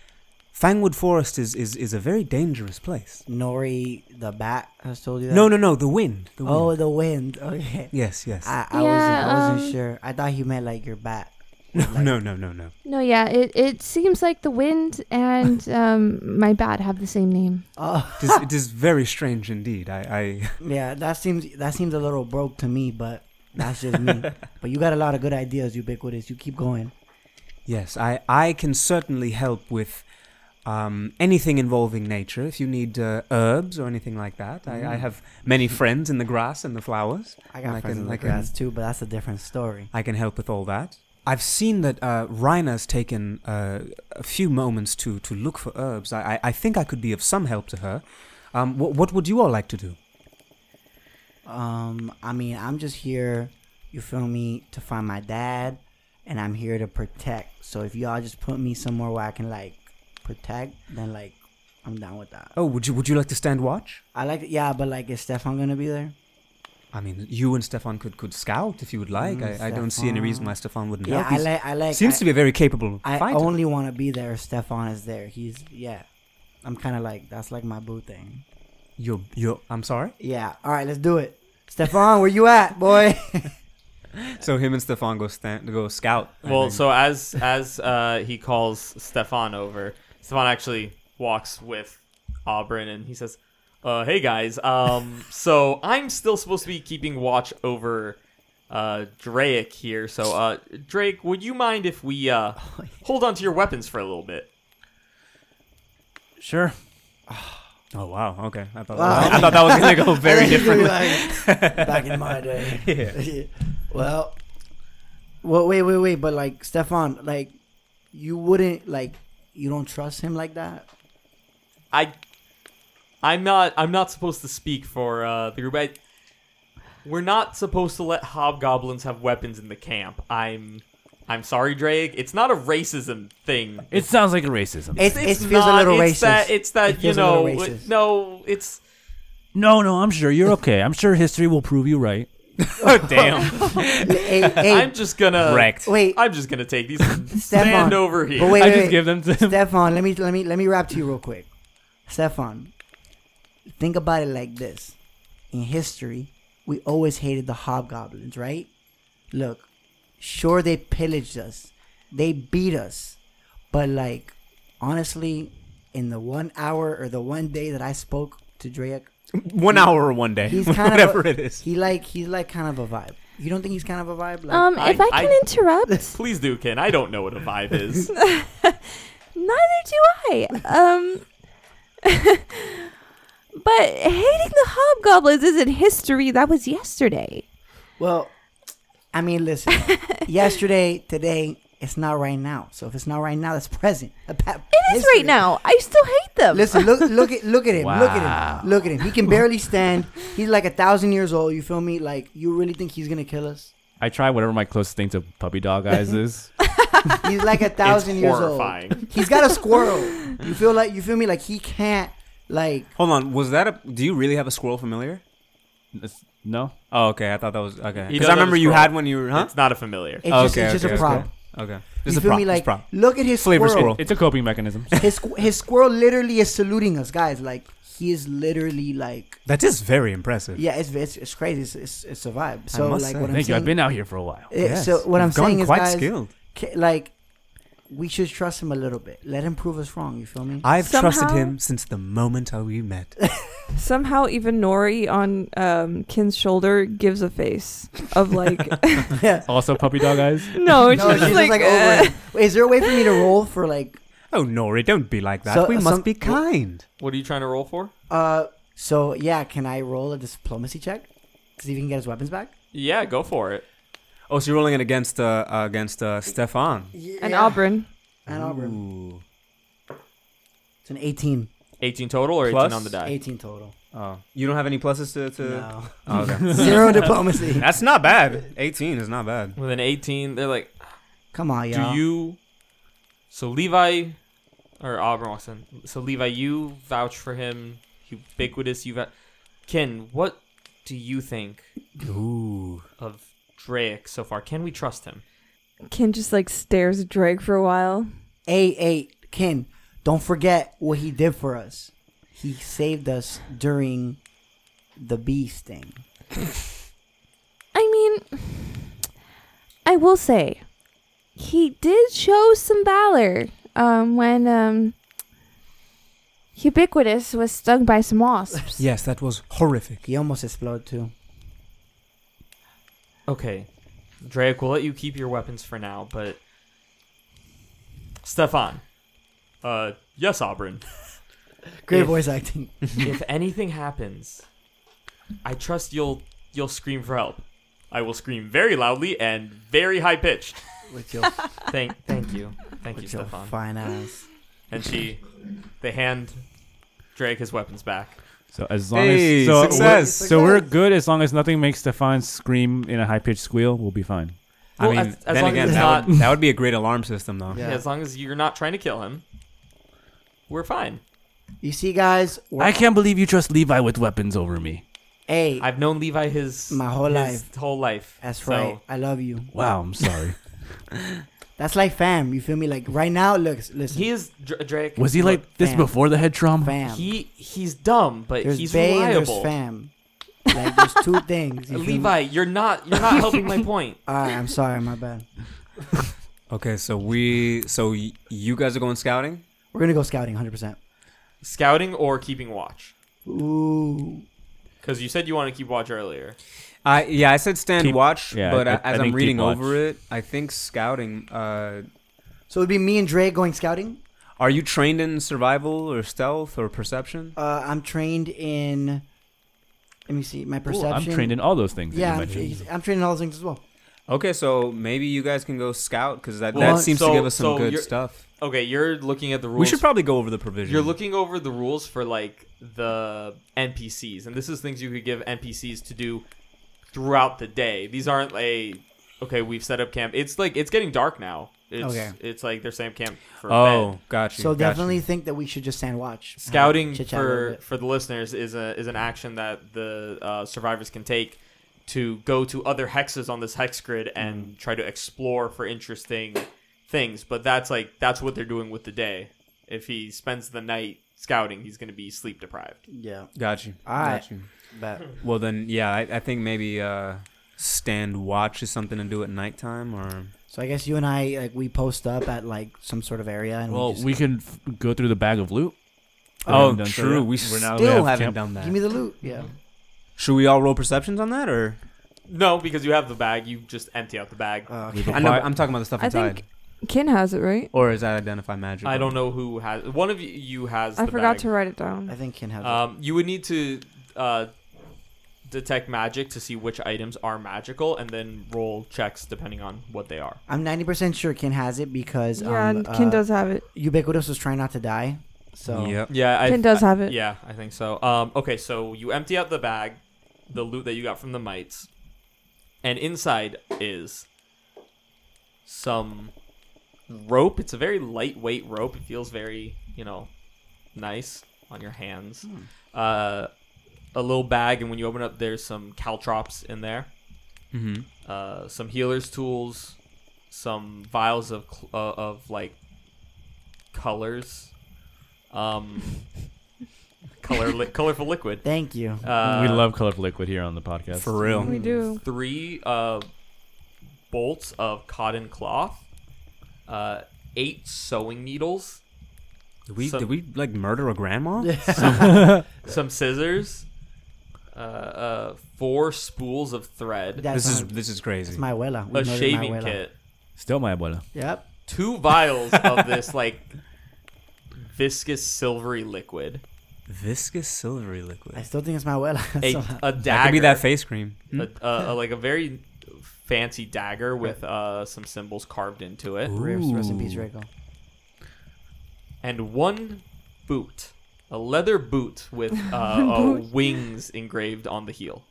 C: Fangwood Forest is, is, is a very dangerous place.
A: Nori the bat has told you that?
C: No, no, no, the wind. The wind.
A: Oh, Ah, the wind. Okay.
C: Yes, yes.
A: I, I,
I: Yeah,
A: wasn't, I wasn't
I: um,
A: sure. I thought he meant like your bat.
C: no, no, no, no, no.
I: No, yeah, it, it seems like the wind and um, my bat have the same name.
A: Oh, <laughs>
C: it, is, it is very strange indeed. I, <laughs>
A: yeah. That seems that seems a little broke to me, but that's just me. but you got a lot of good ideas, ubiquitous. You keep going.
C: I yes, I, I can certainly help with um, anything involving nature. If you need uh, herbs or anything like that, I, I have many friends in the grass and the flowers.
A: Mm-hmm. I got
C: I
A: friends
C: can-
A: in
C: I
A: the
C: can-
A: grass too, but that's a different story.
C: I can help with all that. I've seen that uh, Reiner's taken uh, a few moments to, to look for herbs. I, I, I think I could be of some help to her. Um, wh- what would you all like to do?
A: Um, I mean, I'm just here, you feel me, to find my dad, and I'm here to protect. So if y'all just put me somewhere where I can like protect, then like I'm down with that.
C: Oh, would you would you like to stand watch?
A: I like, yeah, but like, is Stefan gonna be there?
C: I mean, you and Stefan could, could scout if you would like.
A: Mm,
C: I, I don't see any reason why Stefan wouldn't
A: Yeah,
C: help.
A: I
C: He's-
A: like, I like.
C: seems
A: I,
C: to be a very capable
A: I
C: fighter.
A: only want to be there if Stefan is there. He's yeah. I'm kind of like that's like my boo thing.
C: You're, you're, I'm sorry?
A: Yeah. All right, let's do it. Stefan, where you at, boy?
C: So him and Stefan go, stand, go scout. I
B: Well,
C: think.
B: so as as uh, he calls Stefan over, Stefan actually walks with Auburn, and he says, uh, "Hey guys, um, <laughs> so I'm still supposed to be keeping watch over uh, Drake here. So uh, Drake, would you mind if we
C: <laughs>
B: uh, hold on to your weapons for a little bit?"
E: Sure.
C: <sighs> Oh, wow. Okay. I thought,
A: Wow.
C: I thought that was going to go very
A: I think
C: differently.
A: <laughs> you're like, back in my
B: <laughs>
A: day. <laughs> well, well, wait, wait, wait. But like Stefan, like you wouldn't like you don't trust him like that.
B: I, I'm not. I'm not supposed to speak for uh, the group. I, we're not supposed to let hobgoblins have weapons in the camp. I'm. I'm sorry, Drake. It's not a racism thing.
E: It sounds like a racism.
A: It, it
B: It's
A: feels
B: not,
A: a little
B: it's
A: racist.
B: That, it's that
A: It
B: you
A: feels a little
B: know.
A: racist.
B: No, it's
E: no, no, I'm sure you're okay. I'm sure history will prove you <laughs> right.
C: oh, damn.
A: hey, hey,
B: <laughs> I'm just gonna
C: Wrecked.
A: wait,
B: I'm just gonna take these <laughs> and
A: Stefan.
B: stand over here.
A: But wait,
E: I
A: wait,
E: just
A: wait.
E: give them to <laughs> him.
A: Stefan, let me let me let me rap to you real quick. Stefan, think about it like this. In history, we always hated the hobgoblins, right? Look, sure they pillaged us. They beat us. But like honestly, in the one hour or the one day that I spoke to Drake,
C: One hour or one day. <laughs>
E: <laughs>
A: he's kind
C: Whatever
A: of a-
C: it is.
A: He like he's like kind of a vibe. You don't think he's kind of a vibe? Like
I: Um, if
B: I-
I: I can
B: I-
I: interrupt,
B: Please do, Ken. I don't know what a
A: <laughs>
B: vibe is.
D: Neither do I. Um, <laughs> but hating the hobgoblins isn't history. That was yesterday.
A: Well, I mean,
D: <laughs>
A: listen. yesterday, today, it's not right now. So if it's not right now, it's present. <laughs> It
D: It is right now. I still hate them.
A: Listen, look, look at, look at him, look at
E: Wow.
A: him, look at him. He can barely stand. He's like a thousand years old. You feel me? Like you really think he's gonna kill us?
E: I try whatever my closest thing to puppy dog <laughs> eyes is.
A: He's like a thousand years
B: horrifying.
A: old. He's got a
C: <laughs>
A: squirrel. You feel like you feel me? Like he can't. Like
C: Hold on, was that a? Do you really have a squirrel familiar?
E: It's- no,
C: Oh, okay. I thought that was okay.
B: He does
C: Because I
B: have a
C: remember you
B: squirrel.
C: had one. You were huh?
B: It's not a familiar.
A: it's just,
C: okay,
A: it's just
C: okay,
A: a
C: okay.
A: prop.
C: Okay,
A: You
C: this is a
A: feel
C: prop.
A: me?
C: this
A: Like
C: prop.
A: look at his
C: Flavor
A: squirrel.
C: squirrel.
E: it's a coping mechanism.
A: His squ- his squirrel literally is saluting us, guys. Like he is literally like
C: That is very impressive.
A: Yeah, it's it's, it's crazy. It's, it's it's a vibe. So
C: must
A: like
C: say.
A: what I'm
E: Thank you.
A: saying.
E: I've been out here for a while.
A: eh, So what I'm
C: You've gone
A: saying is,
C: quite
A: guys,
C: skilled.
A: ca- like we should trust him a little bit. Let him prove us wrong. You feel me?
C: I've trusted
D: Somehow-
C: him since the moment I- we met.
D: Somehow, even Nori on um, Kin's shoulder gives a face of like,
A: yeah.
E: Also, puppy dog eyes.
D: no, she's
A: No, she's
D: just
A: just
D: like,
A: like
D: "Eh."
A: over. it. Wait, is there a way for me to roll for like?
C: oh, Nori, don't be like that.
A: So-
C: we must
A: some-
C: be kind.
B: What are you trying to roll for?
A: Uh, so yeah, can I roll a diplomacy check to see if he can get his weapons back?
B: Yeah, go for it.
C: Oh, so you're rolling it against uh, uh, against uh, Stefan.
A: Yeah.
D: and Auburn.
A: And Auburn.
C: Ooh.
A: It's an 18.
B: 18 total or 18
C: Plus
B: on the die?
A: 18 total.
C: Oh, you don't have any pluses to. to...
A: No. <laughs>
C: Oh, okay.
A: Zero
C: <laughs>
A: diplomacy.
C: That's not bad. 18 is not bad.
B: With an 18, they're like,
A: Come on,
B: do
A: y'all.
B: you. So Levi. Or Auburn walks in. So Levi, you vouch for him. Ubiquitous, you vouch. Ken, what do you think
C: Ooh.
B: of Drake so far? Can we trust him?
D: Kin just like stares at Drake for a while.
A: Hey, hey, Ken, don't forget what he did for us. He saved us during the beast thing.
D: I mean, I will say, he did show some valor um, when um, Ubiquitous was stung by some wasps.
C: Yes, that was horrific.
A: He almost exploded too.
B: Okay. Drake, we'll let you keep your weapons for now, but Stefan, Uh, yes, Auburn. <laughs>
A: Great
B: If-
A: voice acting.
B: if anything happens, I trust you'll you'll scream for help. I will scream very loudly and very high pitched.
A: With your,
B: Thank thank you. Thank you,
A: with your
B: Stefan.
A: fine ass.
B: And she they hand Drake his weapons back.
E: So as long
C: Hey,
E: as so,
C: success.
E: we're- so we're good as long as nothing makes Stefan scream in a high pitched squeal, we'll be fine.
B: Well,
C: I mean,
B: as- as
C: then
B: long
C: again,
B: as
C: that,
B: not-
C: would, that would be a great alarm system, though.
A: Yeah.
B: as long as you're not trying to kill him, we're fine.
A: You see, guys, we're,
E: I can't believe you trust Levi with weapons over me.
A: hey,
B: I've known Levi his
A: My whole
B: his Whole life.
A: that's
B: So,
A: right. I love you.
E: Wow, I'm <laughs> sorry.
A: That's like fam. You feel me? Like right now, look, listen,
B: He is Dr- Drake.
E: Was he like this
A: fam.
E: before the head trauma?
A: fam.
B: He he's dumb, but
A: there's
B: he's
A: bae and there's
B: reliable. Uh,
A: fam. Like there's
B: <laughs>
A: two things. you feel me?
B: Levi, you're not you're not helping
A: <laughs>
B: my point.
A: All right, I'm sorry, my bad.
C: Okay, so we, so y- you guys are going scouting.
A: We're gonna go scouting, 100. percent
B: Scouting or keeping watch.
A: Ooh,
B: Because you said you want to keep watch earlier.
C: I yeah, I said stand
E: Keep-
C: watch,
E: yeah,
C: but
E: I-
C: uh,
E: I
C: as I
E: think
C: am
E: keep
C: reading
E: watch.
C: over it, I think scouting. Uh,
A: so it'd be me and Dre going scouting.
C: are you trained in survival or stealth or perception?
A: Uh, I'm trained in. Let me see my
E: Ooh,
A: perception.
E: I'm trained in all those things.
A: Yeah, I'm,
E: that you mentioned.
A: I'm trained in all those things as well.
C: Okay, so maybe you guys can go scout because that,
B: Well,
C: that seems
B: so-
C: to give us some
B: so
C: good
B: you're-
C: stuff.
B: Okay, you're looking at the rules.
C: We should probably go over the provision.
B: you're looking over the rules for like the NPCs, and this is things you could give NPCs to do throughout the day. These aren't a okay. We've set up camp. It's like it's getting dark now. It's,
A: Okay.
B: It's like they're saying camp for
C: Oh,
B: bed.
C: gotcha.
A: So
C: gotcha.
A: definitely think that we should just stand watch.
B: Uh, Scouting
A: Chit-chat a little
B: for
A: bit.
B: for the listeners is a is an action that the uh, survivors can take to go to other hexes on this hex grid and
A: Mm.
B: try to explore for interesting things. But that's like that's what they're doing with the day. If he spends the night scouting, he's going to be sleep deprived.
A: Yeah,
C: Gotcha.
A: Alright.
C: Gotcha.
A: but
C: Well then, yeah, I, I think maybe uh, stand watch is something to do at nighttime, or
A: so I guess you and I like we post up at like some sort of area and
E: well,
A: we, just,
E: we can f- go through the bag of loot. We
C: oh,
E: haven't done so
C: true,
E: yet.
C: we
E: We're now-
C: still
E: we have
C: haven't
E: camp-
C: done that.
A: give me the loot. Yeah,
C: Should we all roll perceptions on that, or
B: No, because you have the bag. You just empty out the bag.
A: uh,
E: We've
C: I know
E: applied-
C: I'm talking about the stuff
D: I
C: inside,
D: think Kin has it right.
C: or is that identify magic?
B: I don't know who has one of you has.
D: I
B: the
D: forgot
B: bag.
D: to write it
A: I
D: down.
A: think can have.
B: Um, you would need to uh, detect magic to see which items are magical, and then roll checks depending on what they are.
A: I'm 90 percent sure Ken has it because
D: Yeah,
A: um,
D: and Kin
A: uh,
D: does have it.
A: Ubiquitous was trying not to die. So
C: Yep.
B: Yeah, I
D: Kin does have it.
B: Yeah, I think so. Um, okay, so you empty out the bag, the loot that you got from the mites, and inside is some rope. It's a very lightweight rope. It feels very, you know, nice on your hands. Uh, a little bag, and when you open up, there's some caltrops in there,
C: Mm-hmm.
B: uh, some healer's tools, some vials of cl- uh, of like colors,
A: <laughs>
B: um, color li- colorful liquid.
A: thank you.
B: Uh,
E: we love colorful liquid here on the podcast.
C: For real.
B: um,
D: We do.
B: three uh, bolts of cotton cloth, uh, eight sewing needles,
C: Did we
B: So-
C: did we like murder a grandma?
B: some scissors, uh, uh, four spools of thread,
A: That's
C: This is
A: my,
C: this is crazy.
A: that's my abuela. We
B: a
A: murdered my
B: shaving
A: abuela.
B: kit,
E: Still my abuela.
A: Yep.
B: two vials of this like viscous silvery liquid,
C: Viscous silvery liquid.
A: I still think it's my <laughs> abuela.
B: a,
A: Somehow.
B: a
C: That could
B: dagger,
C: be
B: Hmm?
C: that Hmm? face cream.
B: a, a, a- like a very fancy dagger with uh, some symbols carved into it,
A: Rest- Rest in peace, Draco.
B: and one boot. A leather boot with uh, uh, wings engraved on the heel.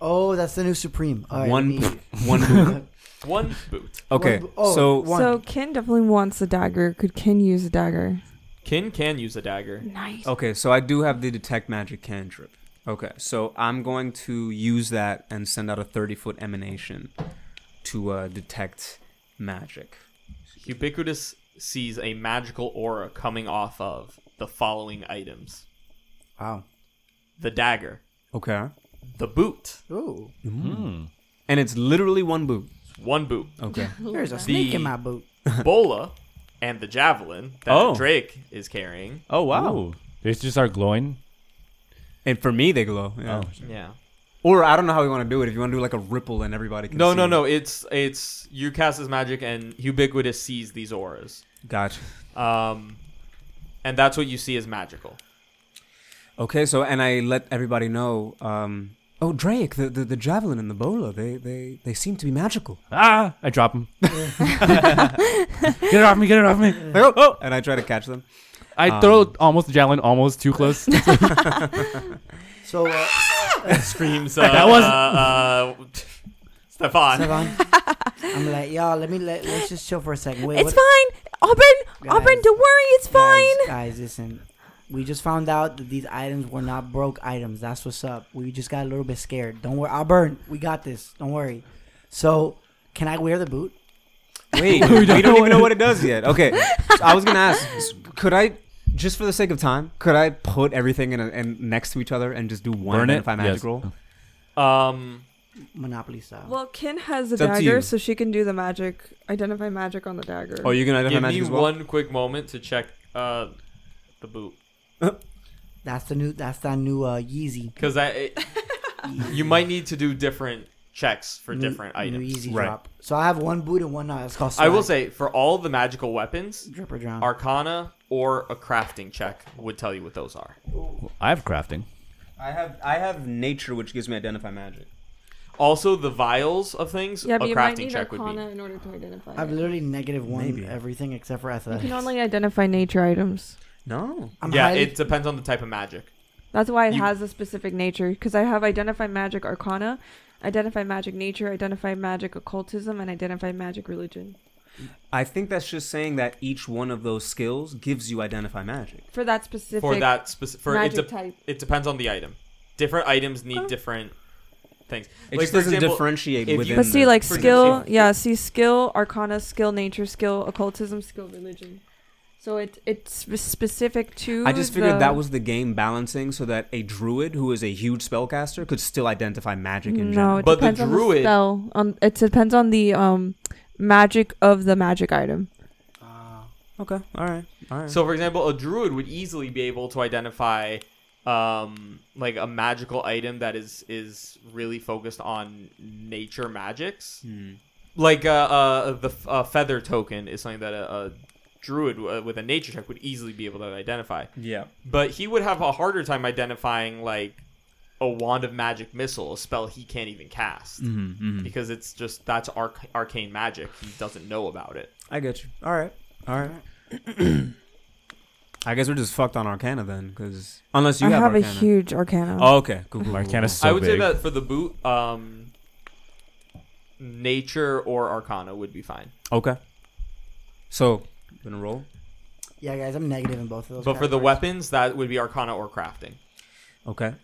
A: Oh, that's the new Supreme. All right, let
C: One
A: me- <laughs>
C: <laughs> one boot.
B: One boot.
C: Okay,
A: One- oh,
C: so
A: one.
D: So Kin definitely wants a dagger. Could Kin use a dagger?
B: Kin can use a dagger.
D: Nice.
C: Okay, so I do have the detect magic cantrip. Okay, so I'm going to use that and send out a 30 foot emanation to uh, detect magic.
B: Ubiquitous sees a magical aura coming off of the following items
A: Wow.
B: the dagger,
C: Okay.
B: the boot,
A: Ooh,
C: And it's literally one boot.
B: one boot, <laughs>
C: Okay.
A: there's a snake in my boot.
C: <laughs>
B: bola, and the javelin that
C: Oh.
B: Drake is carrying.
C: Oh
E: Ooh. It's just our glowing.
C: And for me, they glow. Yeah.
B: Oh, Yeah.
C: Or I don't know how we want to do it. If you want to do like a ripple and everybody can
B: No,
C: see
B: no,
C: it.
B: no. It's it's you cast his magic and ubiquitous sees these auras.
C: Gotcha.
B: Um, and that's what you see as magical.
C: Okay, so and I let everybody know. Um, oh, Drake, the, the the javelin and the bola, they they they seem to be magical.
E: Ah! I
C: <laughs>
E: drop <laughs> him. get it off me! Get it off me!
C: Like, oh, oh, and I try to catch them.
E: I
C: Um,
E: throw almost the javelin almost too close.
A: So
B: <laughs>
A: uh,
B: Screams. Uh,
E: <laughs> <laughs> That was-
B: uh, uh, Stefan.
D: <laughs>
A: Stefan, I'm like, y'all, let me let, let's just chill for a second. Wait, what-
D: it's fine. Auburn,
A: Guys,
D: Auburn, don't worry. It's fine.
A: Guys, guys, listen. We just found out that these items were not broke items. That's what's up. We just got a little bit scared. Don't worry. I'll burn. We got this. Don't worry. So, can I wear the boot?
C: Wait, we don't, even know what it does yet. Okay, so I was gonna ask, s- could I, just for the sake of time, could I put everything in, a, in next to each other and just do one
E: Burn it?
C: identify magic
E: Yes.
C: roll?
B: Um,
A: Monopoly style.
D: Well, Kin has a
C: It's up to you.
D: dagger, so she can do the magic, identify magic on the dagger.
C: Oh, you're gonna identify
B: give
C: magic
B: me
C: as well.
B: one quick moment to check uh, the boot
A: that's the new. That's that new uh, Yeezy.
B: because I
E: <laughs>
B: it- you might need to do different checks for
A: New-
B: different
A: New
B: items.
A: Yeezy
C: Right.
A: drop. So I have one boot and one not. It's called.
B: I will
A: swag.
B: say for all the magical weapons,
A: drip or drown.
B: Arcana or a crafting check would tell you what those are.
E: I have crafting.
C: <laughs> I have I have nature, which gives me identify magic.
B: Also, the vials of things,
D: yeah,
B: a
D: but you might
B: crafting
D: need
B: check would
D: Arcana
B: be.
D: in order to identify.
A: I have
D: it.
A: literally negative one everything except for
D: You
A: athletics.
D: can only identify nature items.
C: No,
A: I'm
B: Yeah,
A: highly-
B: it depends on the type of magic.
D: That's why it
B: You-
D: has a specific nature. Because I have identify magic arcana, identify magic nature, identify magic occultism, and identify magic religion.
C: I think that's just saying that each one of those skills gives you identify magic.
D: For that specific.
B: For that specific, for it,
D: magic
B: de-
D: type.
B: it depends on the item. Different items need different things.
C: It
B: Like,
C: just
B: for
C: doesn't
B: example,
C: differentiate
B: if you-
C: within.
D: but see,
C: the-
D: like
B: For
D: skill,
B: example-
D: yeah, see skill, arcana, skill, nature, skill, occultism, skill, religion. So it it's sp- specific to.
C: I just figured
D: the-
C: that was the game balancing so that a druid who is a huge spellcaster could still identify magic in
D: No,
C: general.
D: it
B: But the
D: depends on
B: druid-
D: the spell. On it depends on the um magic of the magic item.
A: Ah,
C: Okay, all right, all right.
B: So, for example, a druid would easily be able to identify, um, like a magical item that is is really focused on nature magics.
C: Hmm.
B: Like uh, uh the f- uh, feather token is something that a, a druid uh, with a nature check would easily be able to identify.
C: yeah.
B: But he would have a harder time identifying like a wand of magic missile, a spell he can't even cast.
E: Mm-hmm,
B: Because it's just that's arc- arcane magic. He doesn't know about it.
C: I get you. All right. All right.
D: <clears throat>
C: I guess we're just fucked on Arcana then, because unless you
D: I
C: have,
D: have, a
C: Arcana.
D: huge arcana.
C: Oh, okay. Cool, cool, cool,
E: Arcana's
C: cool.
E: so
B: I would say
E: big.
B: that for the boot, um, nature or arcana would be fine.
C: Okay. So gonna roll.
A: yeah, guys, I'm negative in both of those.
B: but for the
A: categories.
B: weapons, that would be arcana or crafting.
C: Okay.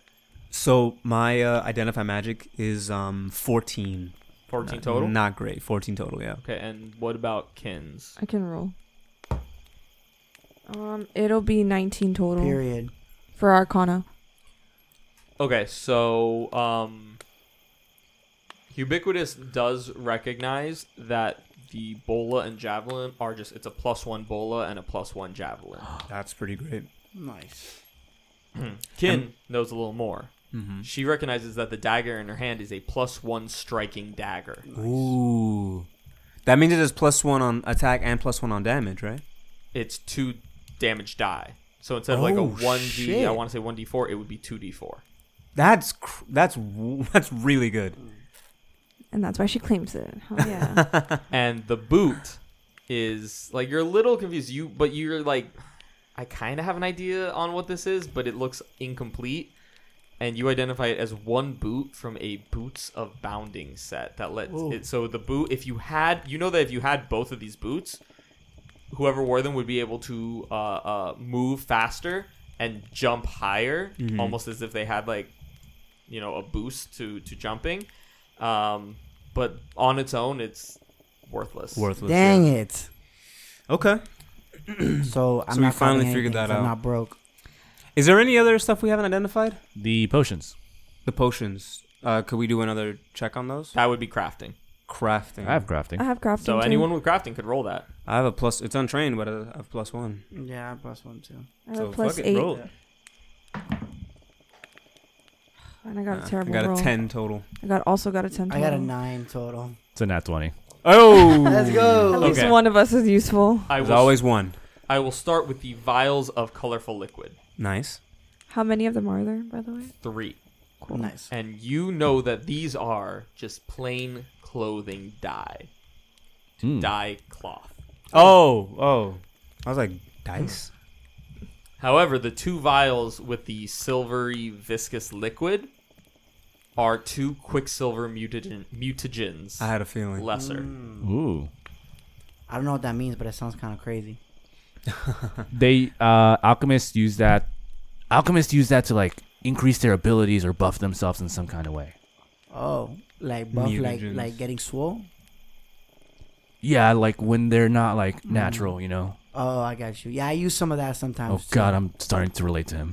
C: So my uh, identify magic is um 14.
B: 14
C: Not-
B: total.
C: Not great. 14 total. Yeah.
B: Okay, and what about kins?
D: I can roll. Um, it'll be 19 total
A: period.
D: for Arcana.
B: Okay, so um, ubiquitous does recognize that the bola and javelin are just it's a plus one bola and a plus one
C: <gasps>
B: javelin.
C: That's pretty great.
A: Nice.
B: Kin knows a little more.
C: Mm-hmm.
B: She recognizes that the dagger in her hand is a plus one striking dagger.
C: Ooh. That means it is plus one on attack and plus one on damage, right?
B: it's two damage die. So instead of like a
C: Oh,
B: one d, I
C: shit.
B: want to say one d four, it would be two d four.
C: That's cr- that's w- <laughs> that's really good.
D: And that's why she claims it.
B: <laughs>
D: Hell yeah.
B: And the boot is like you're a little confused. You but you're like, I kind of have an idea on what this is, but it looks incomplete. And you identify it as one boot from a boots of bounding set that let
A: Ooh.
B: it. So the boot, if you had, you know that if you had both of these boots, whoever wore them would be able to uh, uh, move faster and jump higher, almost as if they had like you know a boost to to jumping. Um, but on its own, it's worthless.
C: Worthless.
A: Dang it. <clears throat>
C: Okay.
A: So I'm
C: we
A: not
C: finally
A: copying
C: figured
A: anything,
C: that
A: so I'm
C: out.
A: not broke.
C: Is there any other stuff we haven't identified?
E: The potions.
C: The potions. Uh, could we do another check on those?
B: That would be crafting.
C: Crafting.
E: I have crafting.
D: I have crafting.
B: So
D: too.
B: anyone with crafting could roll that.
C: I have a plus. It's untrained, but I have plus one.
A: Yeah, plus one too.
D: I have
C: so
D: Uh, plus
C: fuck it,
D: eight.
C: roll.
D: And I got
C: Uh,
D: a terrible
C: I got
D: roll.
C: a ten total.
D: I got also got a 10
A: I
D: total.
A: got a nine total.
E: It's a nat 20.
C: Oh,
A: Let's go.
E: <laughs>
D: At least
B: Okay.
D: one of us is useful.
B: I
C: There's
B: will
C: always one.
B: I will start with the vials of colorful liquid.
C: Nice.
D: How many of them are there, by the way?
B: Three.
A: Nice.
B: And you know that these are just plain clothing dye.
E: Hmm.
C: Hmm.
B: Dye cloth.
C: Oh, oh. I was like, dice?
B: However, the two vials with the silvery viscous liquid are two quicksilver mutagen mutagens.
C: I had a feeling. <laughs>
B: lesser.
E: Ooh.
A: I don't know what that means, but it sounds kind of crazy.
E: They uh alchemists use that alchemists use that to like increase their abilities or buff themselves in some kind of way.
A: Oh, like buff, like
C: Mutagens.
A: like getting swole.
E: Yeah, like when they're not like natural, you know.
A: Oh, I got you. Yeah, I use some of that sometimes.
E: Oh
A: too.
E: god, I'm starting to relate to him.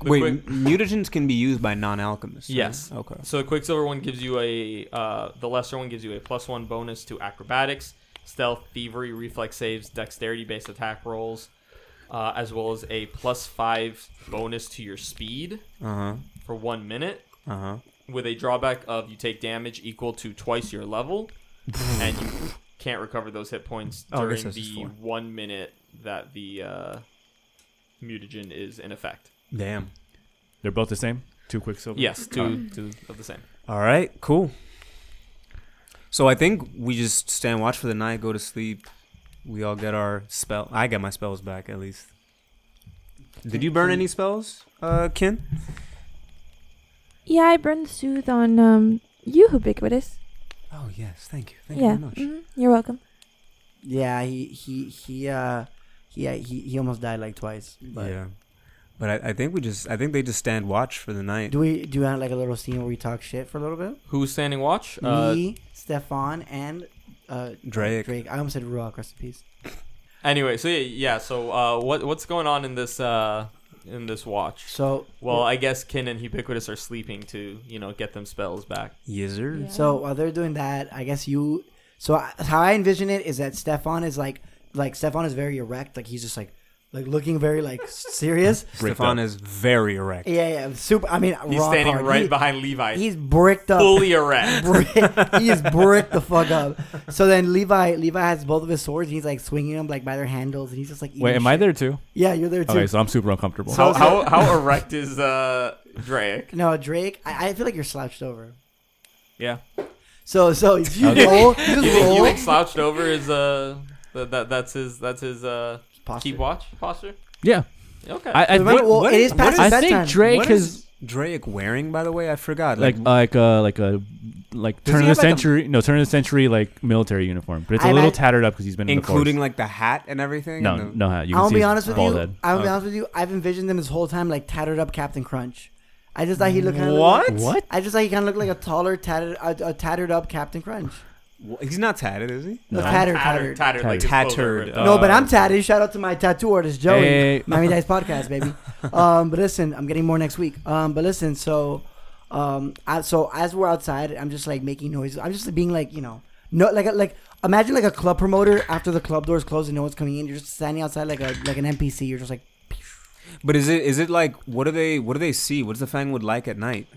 B: The
C: Wait,
B: quick-
C: m- mutagens can be used by non-alchemists. right?
B: Yes.
C: Okay.
B: So the Quicksilver one gives you a uh, the lesser one gives you a plus one bonus to acrobatics, stealth, thievery, reflex saves, dexterity based attack rolls, uh, as well as a plus five bonus to your speed
C: Uh huh.
B: for one minute,
C: Uh huh.
B: with a drawback of you take damage equal to twice your
C: <laughs>
B: level, and you can't recover those hit points
C: Oh, I guess
B: during
C: that's just
B: the
C: four.
B: one minute that the uh, mutagen is in effect.
C: Damn.
E: they're both the same? Two quicksilver?
B: Yes, two two of the same.
C: All right. Cool. So I think we just stand watch for the night, go to sleep. We all get our spell. I get my spells back at least. Did you burn any spells, uh, Ken?
I: Yeah, I burned the soothe on um you, ubiquitous.
C: Oh yes, thank you. Thank
I: yeah,
C: you very
D: Mm-hmm.
C: much.
I: mhm, you're welcome.
A: Yeah, he he he uh he he he almost died like twice. But
C: yeah. But I, I think we just I think they just stand watch for the night.
A: do we do we have like a little scene where we talk shit for a little bit?
B: Who's standing watch? Uh,
A: Me, Stefan, and uh
C: Drake.
A: Drake. I almost said Ruach, rest in peace.
B: Anyway, so yeah, yeah so uh, what what's going on in this uh, in this watch?
A: So
B: Well, I guess Kin and Ubiquitous are sleeping to you know get them spells back.
C: Yizzard.
A: So while they're doing that, I guess you. So I, how I envision it is that Stefan is like, like Stefan is very erect, like he's just like, like looking very like
E: <laughs>
A: serious.
C: Stefan is very erect.
A: Yeah, yeah, super. I mean,
B: He's
A: rock
B: standing
A: hard.
B: right
A: He-
B: behind Levi,
A: He's bricked up.
B: fully
A: <laughs>
B: erect.
A: Brick- he
B: <laughs>
A: is bricked the fuck up. So then Levi, Levi has both of his swords, and he's like swinging them like by their handles, and he's just like.
E: Wait,
A: eating
E: am I
A: shit.
E: there too?
A: Yeah, you're there too.
E: Okay, so I'm super uncomfortable.
B: How how, how erect is uh, Drake?
A: no, Drake, I, I feel like you're slouched over.
B: Yeah,
A: So, so it's you
E: Okay.
A: roll, you
B: <laughs> you
A: just
B: think, you
A: roll.
B: think slouched over is uh that, that that's his that's his uh
A: Posture.
B: keep watch posture.
E: yeah.
B: Okay,
E: I, I,
A: Remember,
E: what-
A: well,
C: what
A: it
C: is-
A: is past
E: I
A: his bedtime.
E: think Drake
C: What
E: has
C: is Drake wearing, by the way? I forgot.
E: like like a like a like
C: Does
E: turn
C: he have, like,
E: of the
C: a-
E: century no turn of the century like military uniform, but it's a
A: I
E: little
A: imag-
E: tattered up because he's been
C: including
E: in
C: like the hat and everything.
E: the forest.
C: and the-
E: no no hat. You can
A: I'll
E: see
A: be
E: his
A: honest with
E: bald
A: you.
E: head.
A: I'll be
C: Okay.
A: honest with you. I've envisioned him this whole time like tattered up Captain Crunch. I just thought he looked kind of
C: What?
E: What?
A: I just thought he kind of looked like a taller, tattered, a, a tattered up Captain Crunch.
C: Wh- He's not tatted, is he?
A: No,
E: No.
A: tattered,
B: tattered,
A: tattered.
B: tattered, like his clothes are
C: Tattered,
B: ripped
C: uh,
B: up.
A: no, but I'm tatted. Shout out to my tattoo artist Joey, <laughs>
E: Hey.
A: Miami Dice Podcast, baby. Um, but listen, I'm getting more next week. Um, but listen, so, um, I, so as we're outside, I'm just like making noises. I'm just being like, you know, no, like, like imagine like a club promoter after the club doors close and no one's coming in. You're just standing outside like a like an NPC. You're just like.
C: But is it is it like what do they what do they see? What does the Fangwood like at night?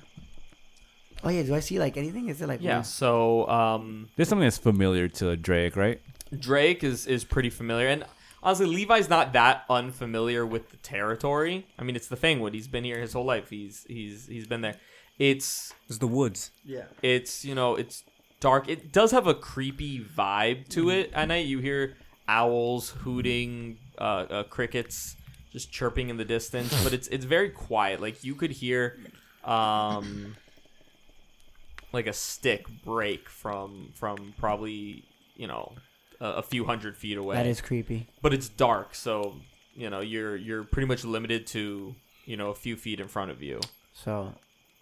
A: Oh yeah, do I see like anything? Is it like
B: yeah. So um,
E: There's something that's familiar to Drake, right?
B: Drake is is pretty familiar, and honestly, Levi's not that unfamiliar with the territory. I mean, it's the Fangwood. He's been here his whole life. He's he's he's been there. It's
C: It's the woods.
A: Yeah.
B: it's you know it's dark. It does have a creepy vibe to
A: Mm-hmm.
B: it at night. You hear owls hooting, uh, uh, crickets just chirping in the distance, but it's it's very quiet. Like you could hear. Um, like a stick break from from probably you know a, a few hundred feet away
A: That is creepy.
B: but it's dark, so you know you're you're pretty much limited to you know a few feet in front of you.
A: So,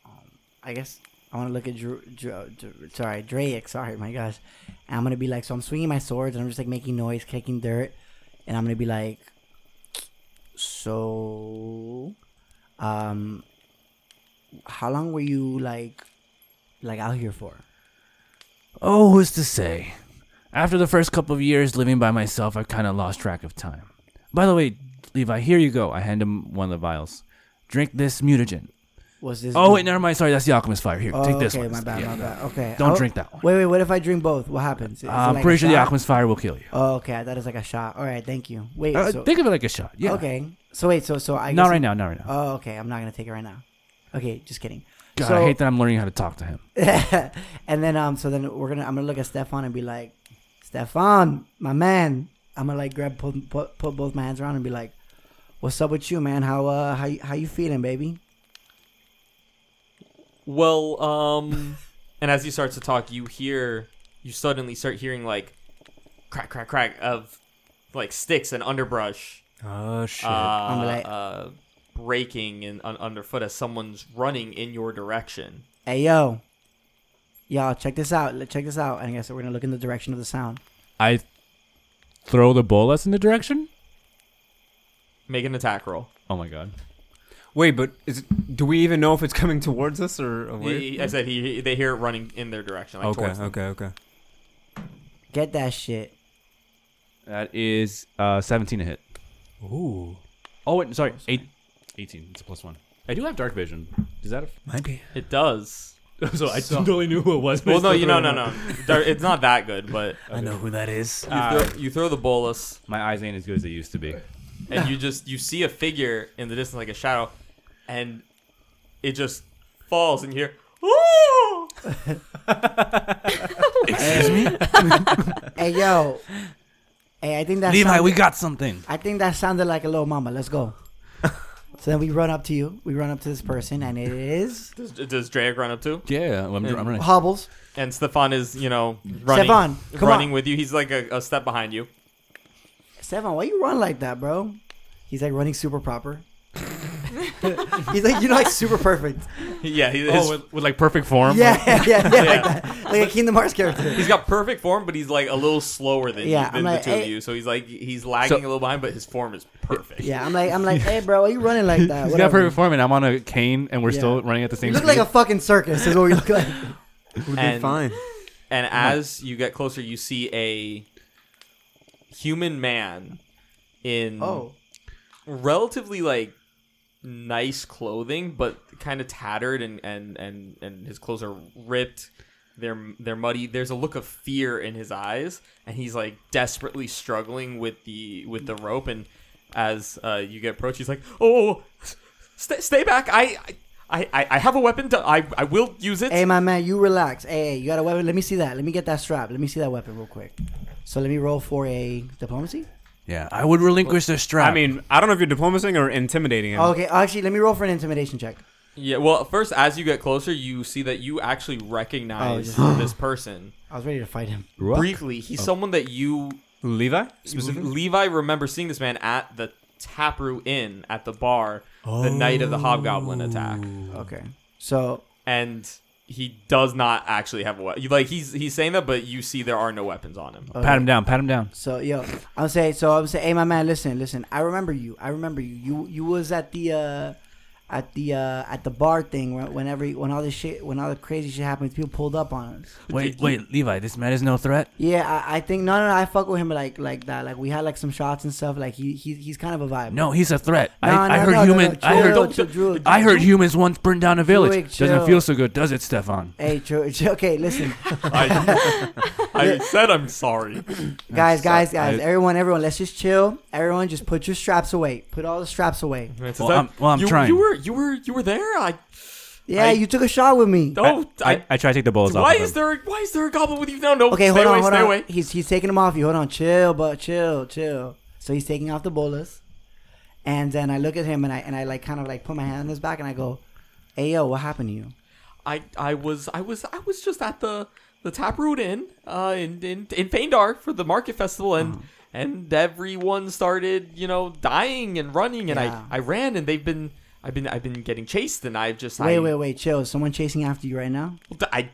A: um, I guess I want to look at Drew, Drew, Drew- sorry, Drake. Sorry, my gosh. And I'm gonna be like, so I'm swinging my swords and I'm just like making noise, kicking dirt, and I'm gonna be like, so, um, how long were you like, like out here for?
E: Oh, who's to say? After the first couple of years living by myself, I kind of lost track of time. By the way, Levi, here you go. I hand him one of the vials. Drink this mutagen.
A: was this?
E: Oh wait, never mind. Sorry, that's the alchemist fire. Here,
A: Oh,
E: take this
A: okay,
E: one.
A: my bad,
E: Yeah.
A: my bad. Okay,
E: Don't
A: I'll-
E: drink that one.
A: Wait, wait. What if I drink both? What happens? Is it
E: I'm
A: like a
E: pretty sure the
A: shot?
E: alchemist fire will kill you.
A: Oh, okay, I thought it's like a shot. All right, thank you. Wait,
E: Uh,
A: so,
E: think of it like a shot. Yeah.
A: okay. So wait, so so I
E: Not
A: guess-
E: right now. Not right now.
A: Oh, okay. I'm not gonna take it right now. Okay, just kidding.
E: God,
A: so-
E: I hate that I'm learning how to talk to him.
A: <laughs> and then um, so then we're gonna I'm gonna look at Stefan and be like, Stefan, my man. I'm gonna like grab put, put put both my hands around and be like, What's up with you, man? How uh how you- how you feeling, baby?
B: Well, um, and as he starts to talk, you hear, you suddenly start hearing like crack, crack, crack of like sticks and underbrush,
C: Oh
B: uh,
C: shit.
A: I'm like-
B: uh, breaking and un- underfoot as someone's running in your direction.
A: Hey yo, y'all check this out. Let- Check this out. And I guess we're gonna look in the direction of the sound.
E: I throw the bolas in the direction.
B: Make an attack roll.
E: Oh my god.
G: Wait, but is it, do we even know if it's coming towards us or away?
B: He, I said he, they hear it running in their direction. Like
G: okay,
B: towards them.
G: okay, okay.
A: Get that shit.
E: That is uh, 17 to hit.
G: Ooh,
E: Oh wait, sorry, eight, 18. It's a plus one. I do have dark vision. Is that a?
G: might be.
B: It does.
E: <laughs> so I totally knew who it was. but
B: Well,
E: I
B: no,
E: still
B: you
E: threw
B: no,
E: it
B: no,
E: out.
B: no. There- It's not that good, but uh,
C: I know who that is.
B: you throw, you throw the bolus.
E: My eyes ain't as good as they used to be.
A: <laughs>
B: and you just you see a figure in the distance like a shadow and it just falls and you hear Ooh!
A: Hey
E: <laughs>
A: yo. hey, I think that
E: Levi,
A: sounded-
E: we got something.
A: I think that sounded like a little mama. Let's go. so then we run up to you. We run up to this person, and it is
B: Does, does Drake run up too?
E: Yeah, I'm,
B: I'm
E: <laughs>
B: running.
A: Hobbles.
B: And Stefan is, you know, running,
A: Stefan, come
B: running
A: on.
B: with you. He's like a, a step behind you.
A: Stefan, why you run like that, bro? He's like running super proper. He's like, you're like super perfect.
B: Yeah, he, his-
E: Oh, with, with like perfect form. <laughs>
A: Yeah, yeah, yeah,
B: Yeah.
A: Like, that. like a Kingdom Hearts character.
B: he's got perfect form, but he's like a little slower than,
A: Yeah,
B: you,
A: I'm
B: than
A: like,
B: the two
A: "Hey."
B: of you. So he's like he's lagging a little behind, but his form is perfect.
A: Yeah, I'm like, I'm like, hey, bro, why you running like that?
E: He's got
A: Whatever.
E: perfect form, and I'm on a cane, and we're
A: Yeah.
E: still running at the
A: You
E: same
A: look
E: speed.
A: like a fucking circus, is what you look like.
G: Would be
B: And-
G: fine.
B: And as you get closer, you see a human man in
A: Oh,
B: relatively like nice clothing, but kind of tattered and and and and his clothes are ripped. They're they're muddy. There's a look of fear in his eyes, and he's like desperately struggling with the with the rope. And as uh, you get approached, he's like, "Oh, stay stay back! I." I I, I, I have a weapon. To, I I will use it.
A: hey, my man, you relax. Hey, hey, you got a weapon? Let me see that. Let me get that strap. Let me see that weapon real quick. So let me roll for a diplomacy.
E: yeah, I would relinquish the strap.
C: I mean, I don't know if you're diplomacy or intimidating him.
A: Okay, actually, let me roll for an intimidation check.
B: yeah. Well, first, as you get closer, you see that you actually recognize this person.
A: I was ready to fight him.
B: Briefly, he's someone that you
C: Levi?
B: Levi remembers seeing this man at the Taproot Inn at the bar the night of the Hobgoblin attack,
A: Okay, so
B: and he does not actually have a weapon. Like he's he's saying that, but you see there are no weapons on
A: <laughs>
B: him.
E: pat him down. Pat him down.
A: So yo, I'm saying so I'm saying, hey my man, listen, listen. I remember you. I remember you. You you was at the uh at the uh at the bar thing when- whenever when all this shit when all the crazy shit happened, people pulled up on us.
E: Wait, wait, Levi, this man is no threat.
A: Yeah, I, I think no no no, I fuck with him like like that. Like we had like some shots and stuff. Like he, he he's kind of a vibe.
E: No, he's a threat.
A: No,
E: I, I
A: no,
E: heard
A: no, no,
E: human.
A: no,
E: I heard.
A: chill, chill, Drew,
E: I heard humans once burned down a village.
A: Druid, chill.
E: Doesn't feel so good, does it, Stefan?
A: Hey, true. <laughs> Okay, listen,
B: I, I said I'm sorry.
A: guys, guys,
E: so-
A: guys,
E: I-
A: everyone, everyone, let's just chill. Everyone, just put your straps away. Put all the straps away.
E: Well, I'm- well, I'm
B: you,
E: trying.
B: You were you were you were there. I
A: Yeah,
B: I-
A: you took a shot with me.
B: don't. I,
E: Oh, I try to take the balls off.
B: why
E: of
B: is
E: him.
B: there why is there a goblin with you? No, no.
A: Okay,
B: stay
A: hold
B: away,
A: on, hold
B: stay
A: on.
B: away.
A: He's he's taking them off you. Hold on, chill, but chill, chill. So he's taking off the bolas, and then I look at him and I and I like kind of like put my hand on his back and I go, "Hey yo, what happened to you?"
B: I I was I was I was just at the the Taproot Inn uh, in in in Feindar for the market festival and
A: Mm.
B: and everyone started you know dying and running and
A: Yeah.
B: I I ran and they've been I've been I've been getting chased and I've just
A: Wait,
B: I,
A: wait, wait, chill. Is someone chasing after you right now?
B: I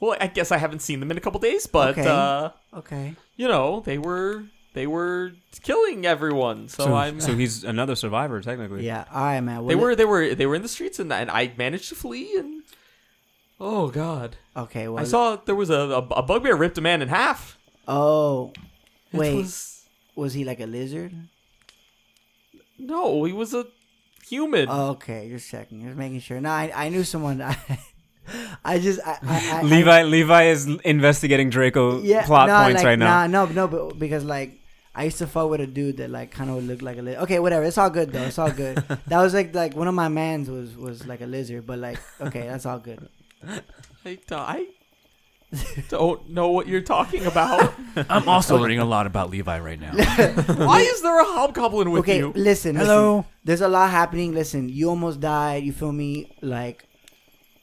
B: well I guess I haven't seen them in a couple days but
A: Okay.
B: uh,
A: Okay.
B: you know they were they were killing everyone so, I'm.
C: so he's another survivor, technically.
A: Yeah. All right, man. Well,
B: they
A: li-
B: were they were they were in the streets and, and I managed to flee and oh god
A: Okay. Well,
B: I saw there was a, a, a bugbear ripped a man in half
A: Oh,
B: It
A: wait.
B: was-
A: Was he like a lizard?
B: no, he was a
C: <laughs>
B: human.
A: Uh. Okay, just checking, just making sure. No, I, I knew someone. <laughs> I, I just I, I, I
C: Levi Levi is investigating Draco plot
A: no,
C: points
A: like,
C: right now.
A: Nah, no, no, but because like I used to fuck with a dude that like kind of looked like a lizard. Okay, whatever. It's all good though. It's all
C: <laughs>
A: good. that was like like one of my mans was was like a lizard, but like okay, that's all good. <laughs>
B: I, uh, I don't know what you're talking
A: <laughs>
B: about.
E: I'm also learning a lot about Levi right now.
B: Why is there a hobgoblin with
A: okay,
B: you?
A: listen. <laughs> Hello.
E: Hello.
A: There's a lot happening. Listen, you almost died. You feel me? Like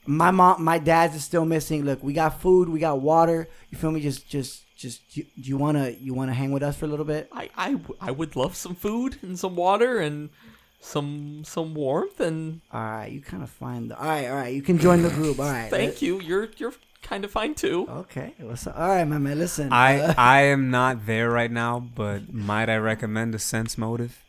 A: my mom, my dad's is still missing. Look, we got food. We got water. You feel me? Just just just you, you wanna you wanna hang with us for a little bit?
B: I, I, w- I would love some food and some water and some some warmth and
A: All right, you kind of fine. Though. All right, all right, you can join the group. All right. Oh.
B: thank you. You're you're kind of fine too.
A: Okay, what's up? All right, my man. Listen,
C: I
A: uh,
C: I am not there right now, but might I recommend a sense motive?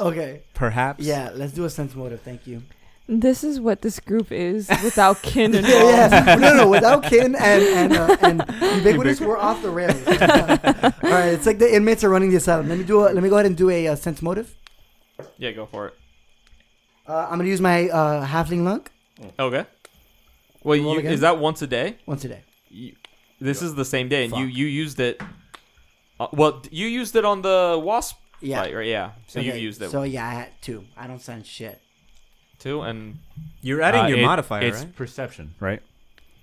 A: <laughs> okay.
C: Perhaps.
A: Oh, Yeah, let's do a sense motive. Thank you.
D: This is what this group is
A: <laughs>
D: without kin and all.
A: Yeah, yeah. No, no, without Kin and and, uh,
B: <laughs>
A: and ubiquitous, we're off the rails. <laughs> all right, it's like the inmates are running the asylum. Let me do. A, let me go ahead and do a uh, sense motive.
B: Yeah, go for it.
A: Uh, I'm gonna use my uh, halfling luck
B: Okay. Well,
A: Roll
B: you,
A: again?
B: is that once a day?
A: once a day.
B: You, this is the same day, and you you used it. Uh, well, d- you used it on the wasp
A: Yeah.
B: fight, right? Yeah. So you
A: Okay,
B: used it
A: So yeah, I had two. I don't sense shit.
B: too, and
C: You're adding
E: Uh,
C: your
E: it-
C: modifier,
E: It's
C: right?
E: perception, right?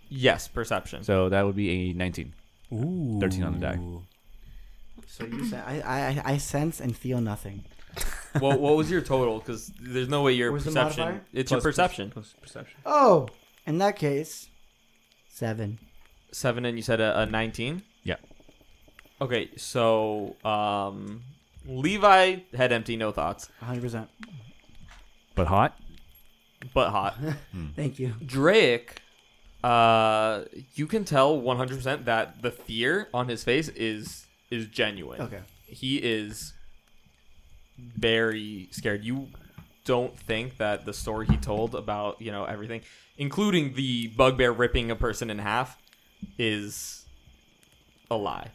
B: yes, perception.
E: So that would be a 19.
C: Ooh.
E: 13 on the die.
A: So
E: <clears throat>
A: you sen- I, I I sense and feel nothing.
B: well, what was your total? Because there's no way your
A: Where's the
B: perception.
A: modifier?
B: It's your perception.
C: perception.
A: Oh, in that case, seven.
B: Seven, and you said a, a nineteen.
E: Yeah.
B: Okay, so um, Levi head empty, no thoughts,
A: 100. percent
E: But hot?
B: but hot.
A: Thank
E: <laughs>
A: you.
B: Drake, uh, you can tell 100% that the fear on his face is is genuine.
A: Okay.
B: He is very scared. You don't think that the story he told about, you know, everything, including the bugbear ripping a person in half is a lie.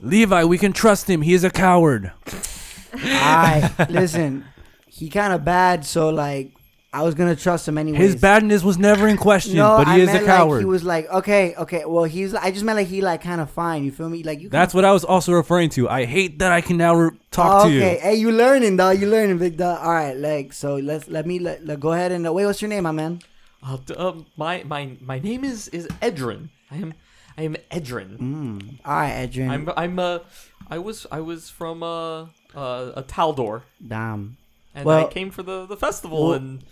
E: Levi, we can trust him. He is a coward.
A: I listen. He kind of bad, so like I was gonna trust him anyways.
E: His badness was never in question,
A: No,
E: but he
A: I
E: is
A: meant
E: a coward.
A: like he was like, okay, okay. Well, he's. I just meant like he like kind of fine. You feel me? Like you.
E: That's what I was also referring to. I hate that I can now re- talk
A: okay.
E: to you.
A: Hey, you learning, dog. You learning, big dog. All right, like so. Let's let me let, let- go ahead and uh, wait. What's your name, my man?
B: Uh, d- um, my my my name is is Edrin. I am I am Edrin.
A: Mm. All right, Edrin.
B: I'm I'm uh I was I was from uh uh a Taldor
A: Dom.
B: and
A: Well-
B: I came for the the festival
A: Well-
B: and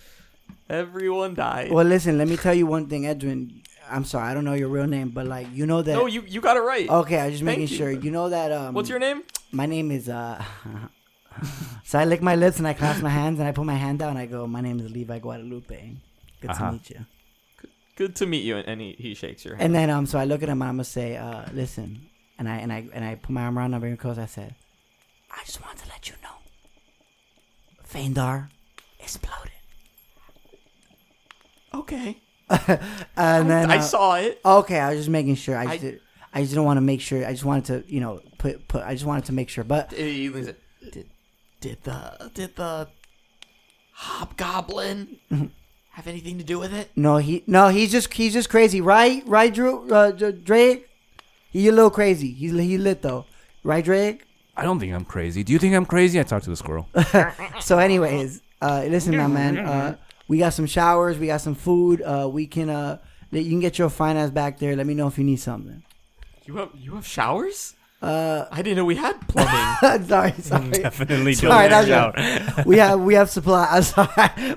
B: everyone died.
A: Well, listen. Let me tell you one thing, Edrin. I'm sorry, I don't know your real name, but like you know that. Um,
B: no, you you got it right.
A: okay, I was just
B: Thank
A: making
B: you.
A: sure. You know that. Um,
B: What's your name?
A: My name is. uh <laughs> So I lick my lips and I clasp my hands and I put my hand down and I go, "My name is Levi Guadalupe. Good
E: Uh-huh.
A: to meet you."
B: Good to meet you. And he he shakes your hand.
A: And then um, so I look at him and I'm gonna say, uh, listen, and I and I and I put my arm around him very close. I said, I just wanted to let you know, Feindar exploded.
B: okay,
A: <laughs> And then
B: I
A: uh,
B: saw it.
A: Okay, I was just making sure. I
B: I-
A: just, did, I just didn't want to make sure. I just wanted to, you know, put put. I just wanted to make sure. But
B: He leans it.
J: Did the did the hobgoblin
A: Mm-hmm.
J: have anything to do with it?
A: no, he no, he's just he's just crazy, right? Right, Drew, uh, Dr- Drake, he a little crazy. He's he lit though, right, Drake?
E: I don't think I'm crazy. Do you think I'm crazy? I talked to the squirrel.
A: So, anyways, uh, listen, my man. Uh, we got some showers. We got some food. Uh, we can. Uh, you can get your finance back there. Let me know if you need something.
B: You have you have showers?
A: Uh, <laughs>
B: I didn't know we had plumbing.
A: sorry, sorry.
C: Mm, Definitely
A: <laughs> Sorry,
C: don't
A: that's
C: <laughs>
A: right. We have we have supply. <laughs> I'm sorry,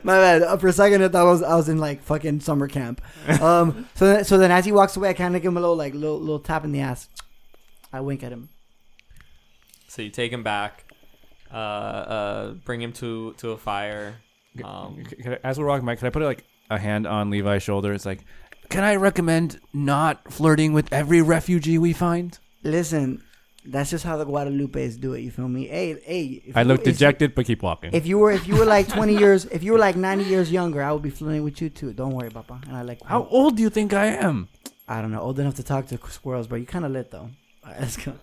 A: my bad. Uh, for a second, I thought I was I was in like fucking summer camp. Um, so then, so then as he walks away, I kind of give him a little like little little tap in the ass. I wink at him.
B: so you take him back, uh uh bring him to to a fire. Um,
E: C- can I- as we're walking by, can I put like a hand on Levi's shoulder? It's like, can I recommend not flirting with every refugee we find?
A: Listen, that's just how the Guadalupe's do it. You feel me? Hey, hey. if
E: I
A: you-
E: look
A: if-
E: dejected, but keep walking.
A: If you were if you were like 20 years, if you were like 90 years younger, I would be flirting with you too. Don't worry, papa. And I like
E: How old do you think I <laughs> am?
A: I don't know, old enough to talk to squirrels, <laughs>
B: <laughs>
A: but you kind of lit though. All right, let's go.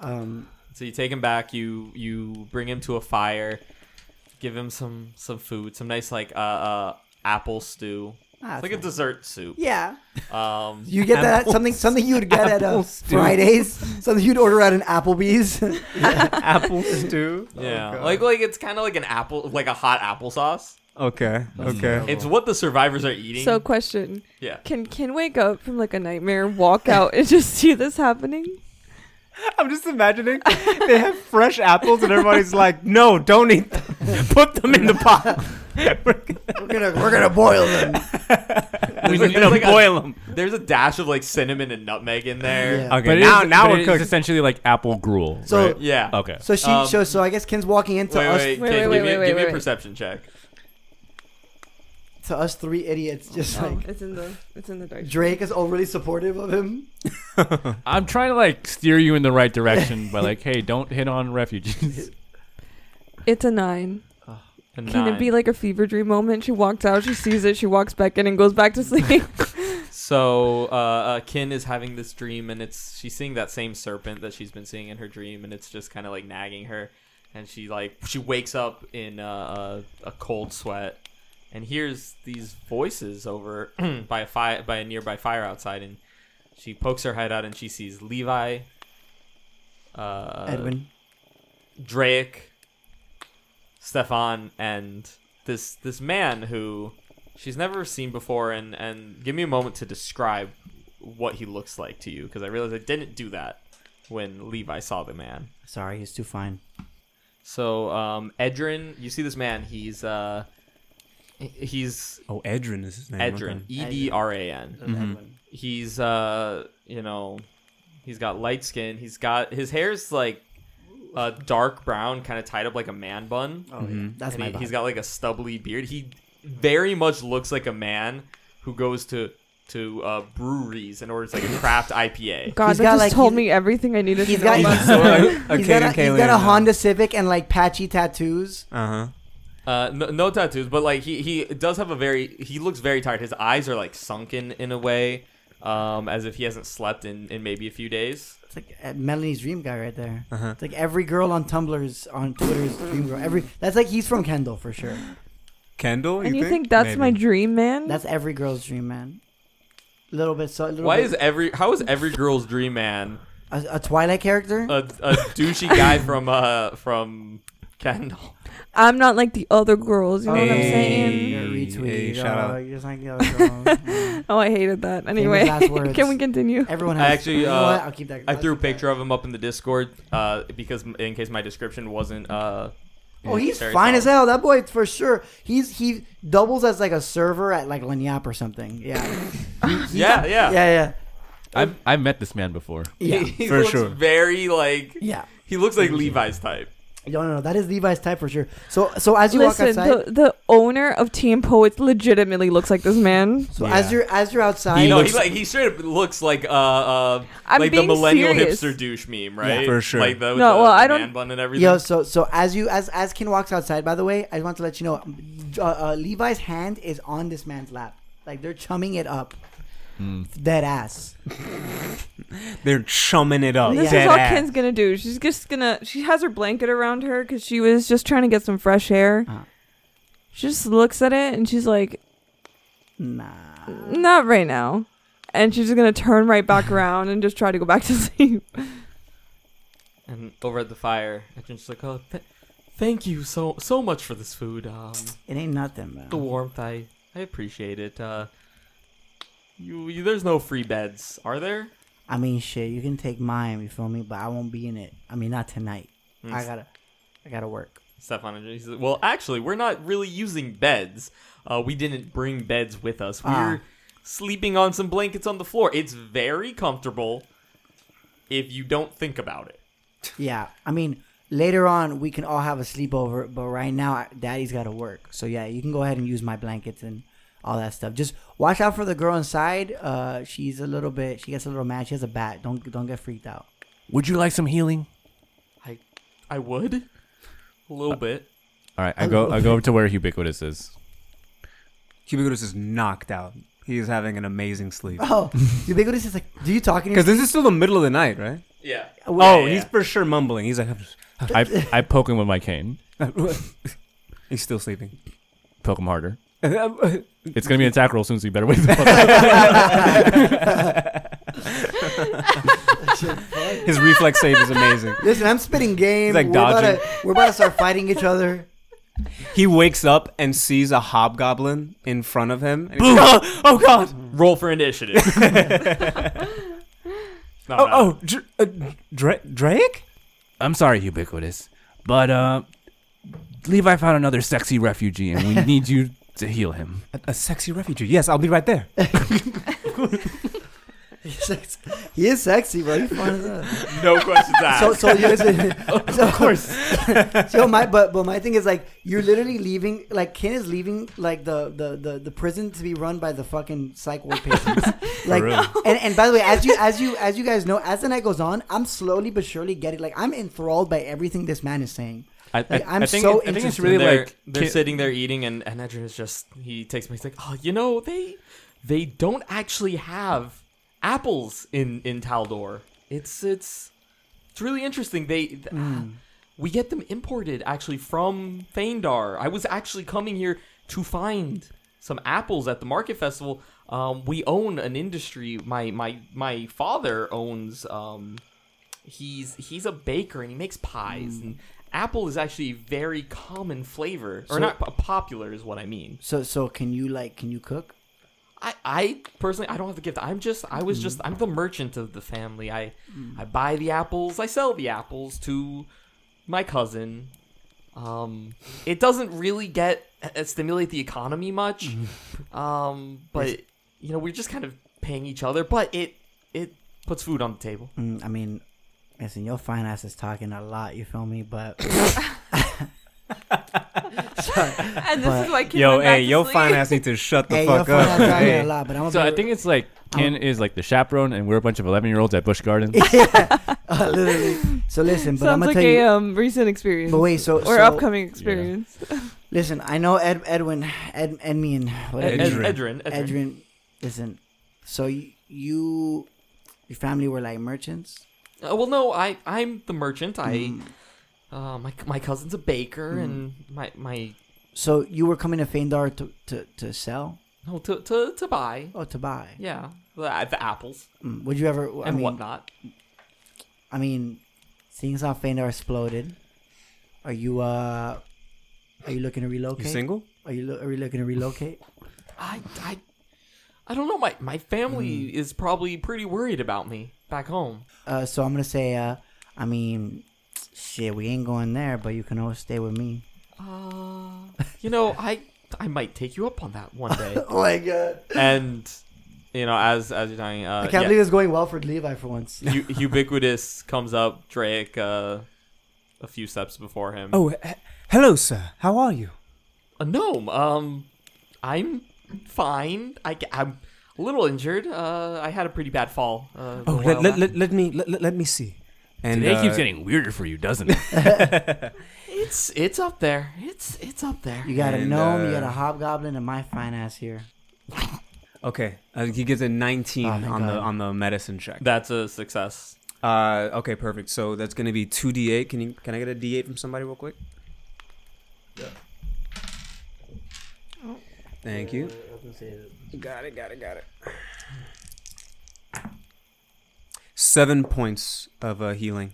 A: um,
B: So you take him back. You you bring him to a fire, give him some some food, some nice like uh, uh apple stew. it's like a dessert
D: <laughs>
B: soup.
K: Yeah.
B: Um,
A: You get that
B: apple
A: something something you'd get at uh,
G: Apple stew.
A: Fridays, something you'd order at an
B: <laughs>
A: Applebee's.
G: Apple stew.
D: Oh,
B: Yeah,
G: God.
B: like like it's kind of like an apple, like a hot applesauce.
G: Okay. Okay.
B: It's what the survivors are eating. <laughs>
D: Oh. So, question:
B: yeah,
D: Can Ken wake up from like a nightmare, walk out, and just see this happening?
G: I'm just imagining they have fresh apples and everybody's like, no, don't eat them. Put them in the pot.
A: we're gonna we're gonna boil them.
B: there's,
G: We're
B: like, there's,
G: gonna
B: like,
G: boil them.
B: a, <laughs> there's a dash of like cinnamon and nutmeg in there.
A: Yeah.
G: Okay, now now we're
E: it's
G: cooked.
E: essentially like apple gruel.
A: So
E: right?
B: Yeah.
E: okay,
A: so she
B: Um,
A: so so I guess Ken's walking into
B: Wait,
A: us
B: wait,
D: Oh. Wait,
B: Kate,
D: wait,
B: give,
D: wait,
B: me,
D: wait,
B: give me
D: wait.
B: a perception check.
A: to us three idiots, just
D: Oh,
A: like
D: it's in the it's in the dark.
A: Drake is overly supportive of him.
E: I'm trying to like steer you in the right direction by like, hey, don't hit on refugees.
D: It's a nine.
B: A
D: Can
B: nine.
D: it be like a fever dream moment? She walks out, she sees it, she walks back in, and goes back to
A: <laughs>
D: <laughs> sleep.
B: So uh, uh, Kin is having this dream, and it's she's seeing that same serpent that she's been seeing in her dream, and it's just kind of like nagging her, and she like she wakes up in uh, a, a cold sweat, and hears these voices over <clears throat> by a fire by a nearby fire outside, and she pokes her head out, and she sees Levi, uh,
A: Edwin,
B: Drake, Stefan, and this this man who she's never seen before. And and give me a moment to describe what he looks like to you, because I realized I didn't do that when Levi saw the man.
J: Sorry, he's too fine.
B: So um, Edrin, you see this man. He's uh, he's
C: Oh, Edrin is his name.
B: Edrin, E D R A N. He's uh, you know, he's got light skin. He's got his hair's like uh, dark brown, kind of tied up like a man bun.
A: oh, yeah. that's
B: And
A: my
B: he,
A: vibe.
B: he's got like a stubbly beard. He very much looks like a man who goes to to uh, breweries and orders like a craft IPA.
D: God,
A: He's <laughs>
D: that
A: got,
D: just
A: like,
D: told
A: he's-
D: me everything I needed
A: he's
D: to know.
A: got,
D: about
A: he's,
D: him.
A: <laughs>
G: a
A: he's got a,
G: Kane Kaler
A: he's got
G: now.
A: a Honda Civic and like patchy tattoos.
G: Uh
C: Uh-huh.
G: huh.
B: Uh, no, no tattoos, but like he he does have a very he looks very tired. His eyes are like sunken in a way, um, as if he hasn't slept in in maybe a few days.
A: It's like uh, Melanie's dream guy right there.
G: Uh-huh.
A: It's like every girl on Tumblr's on Twitter's dream girl. Every that's like he's from Kendall for sure.
G: Kendall?
D: and you think, that's my
G: Maybe.
D: dream, man?
A: That's every girl's dream, man. Little bit so. Little
B: Why
A: bit,
B: is every how is every girl's dream man
A: a, a Twilight character?
B: a, a douchey guy from uh from Kendall?
D: I'm not like the other girls. You know what I'm saying?
A: Your retweet.
G: Hey, shout
A: shout
G: out.
A: out. Just like <laughs> the other girls.
D: Oh, I hated that. Anyway,
A: last words.
D: <laughs> can we continue?
A: Everyone
B: I
A: has.
B: actually,
A: you know what?
B: uh,
A: I'll keep that.
B: I
A: I'll
B: threw a
A: keep that.
B: picture of him up in the Discord uh, because m- in case my description wasn't. Uh,
A: Oh, he's
B: very
A: fine as
B: solid.
A: hell. That boy for sure. He's he doubles as like a server at like Lanyap or something. Yeah.
B: Yeah, yeah,
A: yeah, yeah,
E: <laughs> I've I've met this man before.
A: yeah,
B: <laughs> He
G: for
B: looks
G: sure.
B: Very like
A: yeah.
B: he looks like Levi's type.
A: No, no, no. That is Levi's type for sure. So, so as you walk
D: Listen,
A: outside,
D: the, the owner of Team Poets legitimately looks like this man.
A: so as you're as you're outside,
B: you know, he like he straight up looks like uh, uh
D: I'm
B: like the
D: being
B: millennial
D: serious.
B: hipster douche meme, right?
G: for sure.
B: Like the, with
D: No,
B: the,
D: well,
B: the
D: I don't-
B: man bun and everything.
A: Yo, so so as you as as Ken walks outside, by the way, I want to let you know, uh, uh, Levi's hand is on this man's lap, like they're chumming it up,
B: Hmm.
A: dead ass.
C: They're chumming it up.
D: This
C: dead
D: is all
C: ass.
D: Ken's gonna do. She's just gonna. She has her blanket around her because she was just trying to get some fresh air.
A: Uh-huh.
D: She just looks at it and she's like,
A: Nah,
D: "Not right now," and she's just gonna turn right back <laughs> around and just try to go back
B: <laughs>
D: to sleep.
B: And over at the fire, Edrin's like, "Oh, th- thank you so so much for this food. Um,
A: it ain't nothing, man.
B: the warmth, I I appreciate it. Uh, you, you there's no free beds, are there?
A: I mean, shit, you can take mine, you feel me? But I won't be in it. I mean, not tonight. I gotta, I gotta work.
B: Stefan and Jason. Well, actually, we're not really using beds. Uh, we didn't bring beds with us. We
A: Ah.
B: are sleeping on some blankets on the floor. It's very comfortable if you don't think about it.
A: Yeah, I mean, later on we can all have a sleepover, but right now I- Daddy's gotta work. So yeah, you can go ahead and use my blankets and all that stuff. Just watch out for the girl inside. Uh, she's a little bit. She gets a little mad. She has a bat. Don't don't get freaked out. <laughs>
E: Would you like some healing?
B: I I would a little bit.
E: All right, I go I go over to where ubiquitous is.
C: Cubiculus is knocked out. He is having an amazing sleep.
A: Oh, ubiquitous is like. Do you talking?
G: Because this is still the middle of the night, right?
B: Yeah.
C: Oh, he's for sure mumbling. He's like, <laughs>
E: I, I poke him with my cane.
C: he's still <laughs> sleeping.
E: Poke him harder. It's gonna be an attack roll soon, so you better
C: <laughs>
E: wake the fuck up.
C: His reflex save is amazing.
A: <laughs> Listen, I'm spitting game.
C: He's, like,
A: we're, about to,
C: dodging.
A: we're about to start fighting each other. <laughs>
C: He wakes up and sees a hobgoblin in front of him. And he's like, oh, oh
E: <laughs>
C: god!
B: Roll for initiative. <laughs> No,
C: Oh,
B: no.
C: oh, Dr- uh, Dra- Drake?
E: I'm sorry, ubiquitous, but uh, Levi found another sexy refugee,
C: <laughs>
E: and we need you to heal him.
C: A, a sexy refugee. Yes, I'll be right there.
A: He is sexy, bro. He's fun as hell.
B: No questions
A: So,
B: asked.
A: so, you <laughs> so of course. <laughs> so my, but, but my thing is like you're literally leaving. Like Ken is leaving like the the the, the prison to be run by the fucking psych ward patients. like, and, and by the way, as you as you as you guys know, as the night goes on, I'm slowly but surely getting like I'm enthralled by everything this man is saying.
E: I, I,
A: Like, I'm
E: I think,
A: so
E: I think it's
A: interested.
E: really
B: they're,
E: like
B: they're
E: ki-
B: sitting there eating, and and Edrin is just he takes me. He's like, oh, you know they they don't actually have apples in in Taldor. It's it's it's really interesting. They th- ah, we get them imported actually from Feindar. I was actually coming here to find some apples at the market festival. Um, we own an industry. My my my father owns um, he's he's a baker and he makes pies and apple is actually a very common flavor or not p- popular is what i mean
A: So so can you like can you cook?
B: i i personally i don't have the gift i'm just i was just i'm the merchant of the family i i buy the apples i sell the apples to my cousin um it doesn't really get uh, stimulate the economy much um but you know we're just kind of paying each other but it it puts food on the table
A: Mm, I mean, listen, your fine ass is talking a lot. You feel me? But
D: And this
A: But-
D: is why kids
C: Yo,
D: went back
C: hey,
D: to
C: yo,
D: sleep.
C: fine ass need to shut the
A: hey, your
C: fuck
A: fine
C: up.
A: ass talking
C: Hey.
A: a lot. But I'm
E: So
A: gonna
E: I
A: be- <laughs>
E: think it's like Ken is like the chaperone, and we're a bunch of eleven year olds at Bush Gardens.
A: Uh, <laughs> literally. So listen, but I'm
D: Sounds
A: gonna
D: like
A: tell
D: a
A: you.
D: um, recent experience.
A: But wait, so
D: or
A: so-
D: upcoming experience.
A: Listen, I know Ed, Edwin, Ed, Edmian,
B: Ed-
A: whatever. Edrin.
B: Edrin. Edrin.
A: Listen, so y- you, your family were like merchants.
B: Uh, well, no, I I'm the merchant. I
A: Mm.
B: uh, my my cousin's a baker, and my my
A: So you were coming to Feindar to, to, to sell
B: no to to, to buy.
A: or to buy.
B: Yeah, the, uh, the apples
A: Mm, Would you ever? I
B: and
A: mean,
B: whatnot.
A: I mean, seeing as how Feindar exploded, are you uh, are you looking to relocate?
C: You single?
A: Are you lo- are you looking to relocate?
B: I I I don't know. My my family
A: Mm.
B: is probably pretty worried about me back home.
A: Uh, so I'm gonna say, uh, I mean, shit, we ain't going there, but you can always stay with me.
B: Uh, you know, I I might take you up on that one
A: <laughs>
B: day.
A: Oh my god.
B: and you know, as as you're dying,
A: I
B: uh,
A: can't
B: yeah,
A: believe it's going well for Levi for
B: <laughs>
A: once.
B: u- ubiquitous comes up, Drake, uh, a few steps before him.
C: Oh, he- hello, sir. How are you?
B: a gnome. Uh, Um, I'm fine. I, am a little injured. Uh, I had a pretty bad fall. Uh,
C: Oh, let, let, let, let me let, let- let me see. And
E: Today
C: uh,
E: keeps getting weirder for you,
C: <laughs>
E: doesn't it?
B: it's it's up there. It's it's up there.
A: You got a
C: And,
A: gnome, you
C: uh,
A: got a hobgoblin, and my fine ass here.
C: okay. Uh, he gets a 19
A: Oh,
C: on
A: thank
C: the
A: God.
C: on the medicine check.
B: That's a success.
C: Uh, okay, perfect. So that's gonna be two d8. Can you can I get a d8 from somebody real quick? Thank you. Got it. Got it. Got it. Seven points of uh, healing.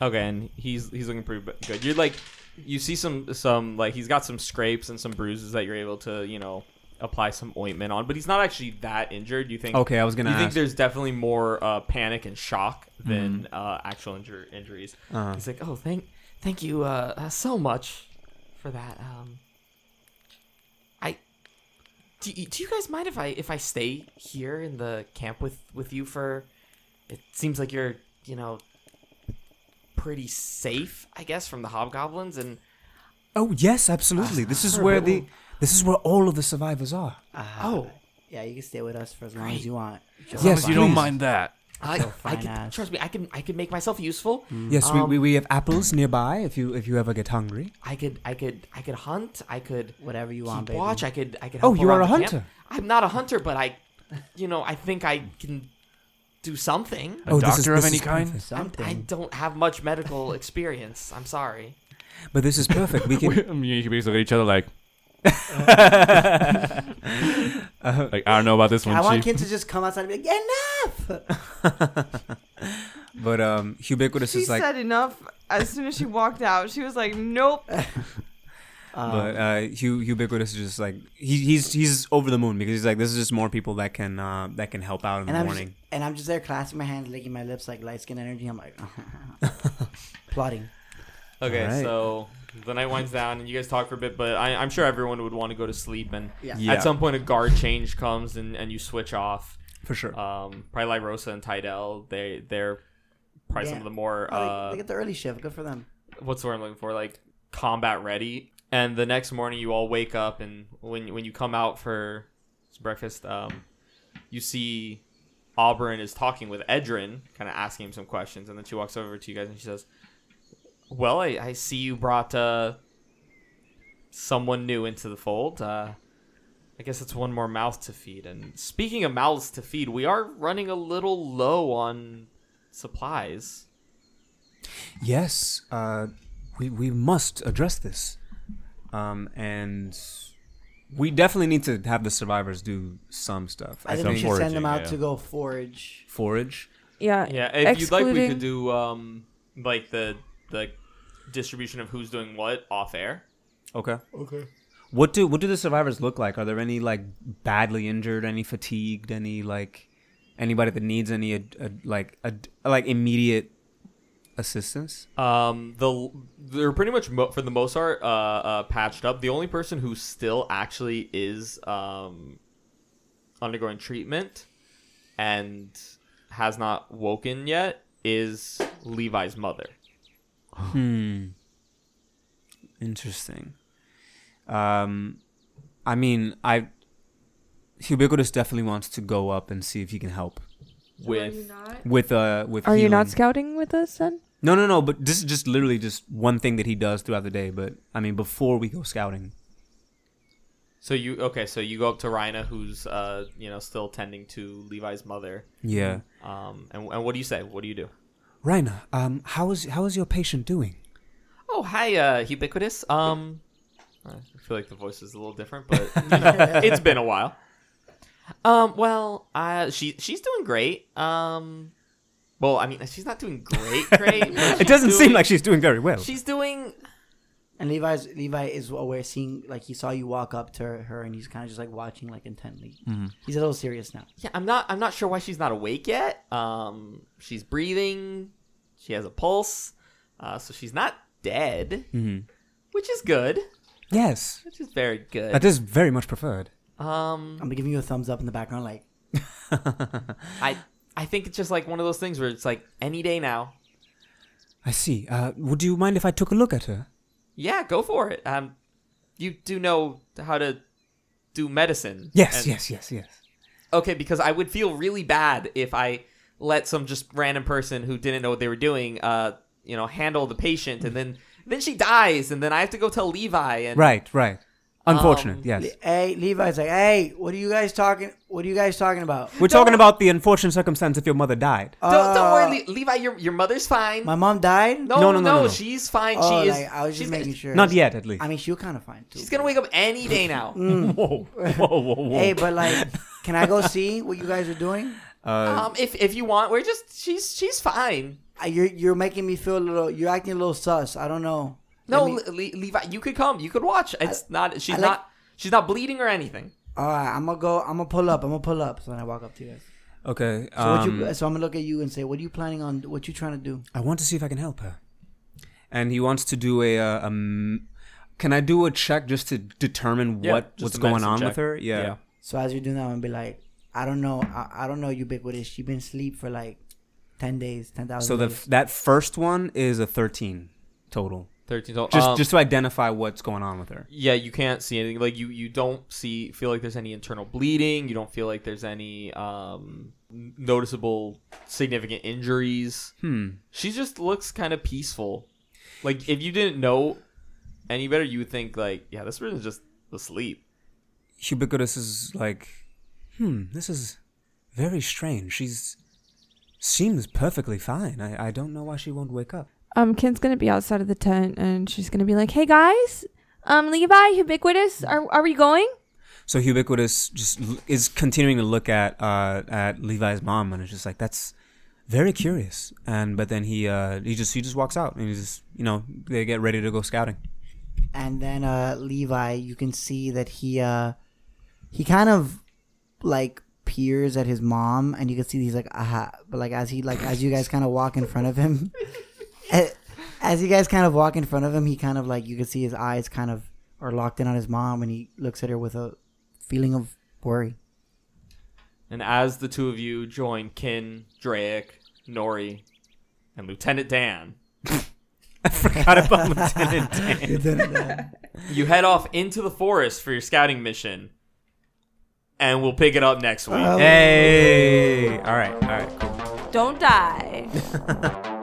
B: Okay, and he's he's looking pretty bu- good. You're like, you see some some like he's got some scrapes and some bruises that you're able to you know apply some ointment on, but he's not actually that injured. You think?
C: Okay, I was gonna
B: You think
C: ask. Mm-hmm.
B: there's definitely more uh, panic and shock than uh, actual injur- injuries.
C: Uh,
B: He's like, oh, thank, thank you uh, uh, so much for that. Um, I do, you- do. you guys mind if I if I stay here in the camp with with you for? It seems like you're you know pretty safe, I guess, from the hobgoblins. And
C: oh yes, absolutely. This is where the this is where all of the survivors are.
B: oh,
A: Yeah, you can stay with us for as long as
B: Great.
A: you want.
E: As long
C: Yes,
E: as you don't
C: please.
E: mind that.
B: I,
A: so
B: I
A: fine
B: can,
A: ass.
B: trust me, I can I can make myself useful.
C: Yes, we,
B: Um,
C: we, we have apples nearby. If you if you ever get hungry.
B: I could I could I could hunt. I could
A: Whatever you
B: keep
A: want, baby.
B: watch. I could I could.
C: Oh,
B: help
C: you are
B: around
C: a
B: the camp.
C: hunter.
B: I'm not a hunter, but I, you know, I think I can do something.
E: A
C: Oh, this
E: doctor
C: is-
E: of
C: this
E: any
C: is
E: kind?
C: perfect.
B: I'm- I don't have much medical experience. I'm sorry.
C: But this is perfect. We can.
E: <laughs> I mean, you basically look at each
C: <laughs>
E: other like, <laughs> like I don't know about this one,
A: I want
E: chief.
A: kids to just come outside and be like, enough.
C: but um, ubiquitous
D: She
C: is like.
D: said enough as soon as she walked out. She was like, "Nope."
A: um,
C: But uh, Hu- ubiquitous is just like he, he's he's over the moon because he's like this is just more people that can uh, that can help out in
A: And
C: the
A: I'm just,
C: morning.
A: and I'm just there clasping my hands, licking my lips like light skin energy. I'm like <laughs> plotting.
B: Okay,
C: All right.
B: so the night winds down and you guys talk for a bit, but I, I'm sure everyone would want to go to sleep. And
A: Yeah.
C: Yeah.
B: at some point, a guard change comes and, and you switch off.
C: for sure.
B: Um, probably like Rosa and Tydell. They they're probably some
A: Yeah.
B: of the more
A: Oh, they-
B: uh,
A: they get the early shift. Good for them.
B: what's the word I'm looking for? Like combat ready. And the next morning, you all wake up, and when when you come out for breakfast, um, you see Auburn is talking with Edrin, kind of asking him some questions, and then she walks over to you guys and she says, "Well, I, I see you brought uh, someone new into the fold. Uh, I guess it's one more mouth to feed. And speaking of mouths to feed, we are running a little low on supplies."
C: Yes, uh, we we must address this, um, and we definitely need to have the survivors do some stuff.
A: I think
E: some
A: we should send them
E: foraging,
A: out
E: yeah.
A: to go forage.
C: forage.
D: Yeah.
B: Yeah, if you'd like, we could
D: excluding-
B: do um like the the distribution of who's doing what off air.
C: Okay. Okay. What do what do the survivors look like? Are there any like badly injured, any fatigued, any like anybody that needs any uh, uh, like uh, like immediate assistance?
B: Um, the they're pretty much mo- for the most part uh, uh patched up. The only person who still actually is um undergoing treatment and has not woken yet is Levi's mother.
C: Hmm. Interesting. Um, I mean, I ubiquitous definitely wants to go up and see if he can help
B: With
C: with uh with.
D: Are you not
C: healing.
D: scouting with us then?
C: No, no, no. But this is just literally just one thing that he does throughout the day. But I mean, before we go scouting,
B: so you okay? So you go up to Rhina, who's uh you know still tending to Levi's mother.
C: yeah.
B: Um, and, and what do you say? What do you do?
C: Raina, um, how is how is your patient doing?
B: Oh, hi, uh, Ubiquitous. Um, I feel like the voice is a little different,
C: <laughs>
B: but you know, it's been a while. Um, well, uh, she she's doing great. Um, well, I mean, she's not doing
C: <laughs>
B: great, great. but
C: It
B: she's
C: doesn't seem
B: doing-
C: like she's doing very well.
B: she's doing.
A: And Levi's Levi is aware, seeing like he saw you walk up to her, and he's kind of just like watching like intently. He's a little serious now.
B: Yeah, I'm not. I'm not sure why she's not awake yet. Um, she's breathing. She has a pulse. Uh, so she's not dead,
C: Mm-hmm.
B: which is good.
C: Yes,
B: Which is very good.
C: that is very much preferred.
B: um,
A: I'm giving you a thumbs up in the background, like
B: I I think it's just like one of those things where it's like any day now.
C: I see. Uh, would you mind if I took a look at her?
B: Yeah, go for it. Um, you do know how to do medicine.
C: Yes,
B: And-
C: yes, yes, yes.
B: Okay, because I would feel really bad if I let some just random person who didn't know what they were doing, uh, you know, handle the patient, and then then she dies, and then I have to go tell Levi. And
C: Right, right. Unfortunate.
B: Um,
C: yes.
A: hey, Levi's like, hey, what are you guys talking? What are you guys talking about?
C: We're talking about the unfortunate circumstance if your mother died.
B: don't don't worry, Le- Levi. Your your mother's fine.
A: Uh, My mom died.
B: no,
C: No, no, no, no, no.
B: she's fine.
A: oh,
B: she is.
A: like, I was
B: she's
A: just making sure.
C: Not yet, at least.
A: I mean, she was kind of fine too.
B: She's gonna wake up any
A: <laughs>
B: day now.
A: Mm.
E: whoa, whoa, whoa, whoa!
A: Hey, but
B: <laughs>
A: like, can I go see what you guys are doing?
B: um, if if you want, we're just she's she's fine.
A: I, you're you're making me feel a little. You're acting a little sus. I don't know.
B: No,
A: Let me-
B: Le- Le- Levi, you could come. You could watch. It's not. She's
A: I like-
B: not. She's not bleeding or anything.
A: all right, I'm gonna go. I'm gonna pull up. I'm gonna pull up. So then I walk up to you guys.
C: okay. um,
A: So, what you, so I'm gonna look at you and say, "What are you planning on? What you trying to do?"
C: I want to see if I can help her. And he wants to do a. Uh, um, can I do a check just to determine
B: Yeah,
C: what
B: just
C: what's
B: a
C: going
B: medicine
C: on
B: check.
C: with her? Yeah.
B: Yeah.
A: So as you're doing that, I'm gonna be like, "I don't know. I, I don't know. Ubiquitous. She been asleep for like ten days, ten thousand.
C: So the f- that first one is a thirteen total.
B: Thirteen. Total.
C: Just
B: Um,
C: just to identify what's going on with her.
B: Yeah, you can't see anything. Like you, you don't see feel like there's any internal bleeding. You don't feel like there's any um, noticeable significant injuries.
C: Hmm.
B: She just looks kind of peaceful. Like if you didn't know any better, you would think like, yeah, this person's just asleep.
C: Ubiquitous is like, hmm, this is very strange. She's Seems perfectly fine. I, I don't know why she won't wake up.
D: Um, Kin's gonna be outside of the tent, and she's gonna be like, "Hey guys, um, Levi, ubiquitous, are are we going?"
C: So ubiquitous just l- is continuing to look at uh, at Levi's mom and is just like that's very curious. And but then he uh, he just he just walks out and he just you know they get ready to go scouting.
A: and then uh Levi, you can see that he uh he kind of like peers at his mom and you can see he's like aha but like as he like as you guys kind of walk in front of him <laughs> a- as you guys kind of walk in front of him he kind of like you can see his eyes kind of are locked in on his mom and he looks at her with a feeling of worry
B: And as the two of you join Kin, Drake, Nori, and Lieutenant Dan, <laughs>
C: Forgot about Lieutenant Dan.
B: you head off into the forest for your scouting mission. And we'll pick it up next week.
C: Hey, all right, all right, cool.
D: Don't die.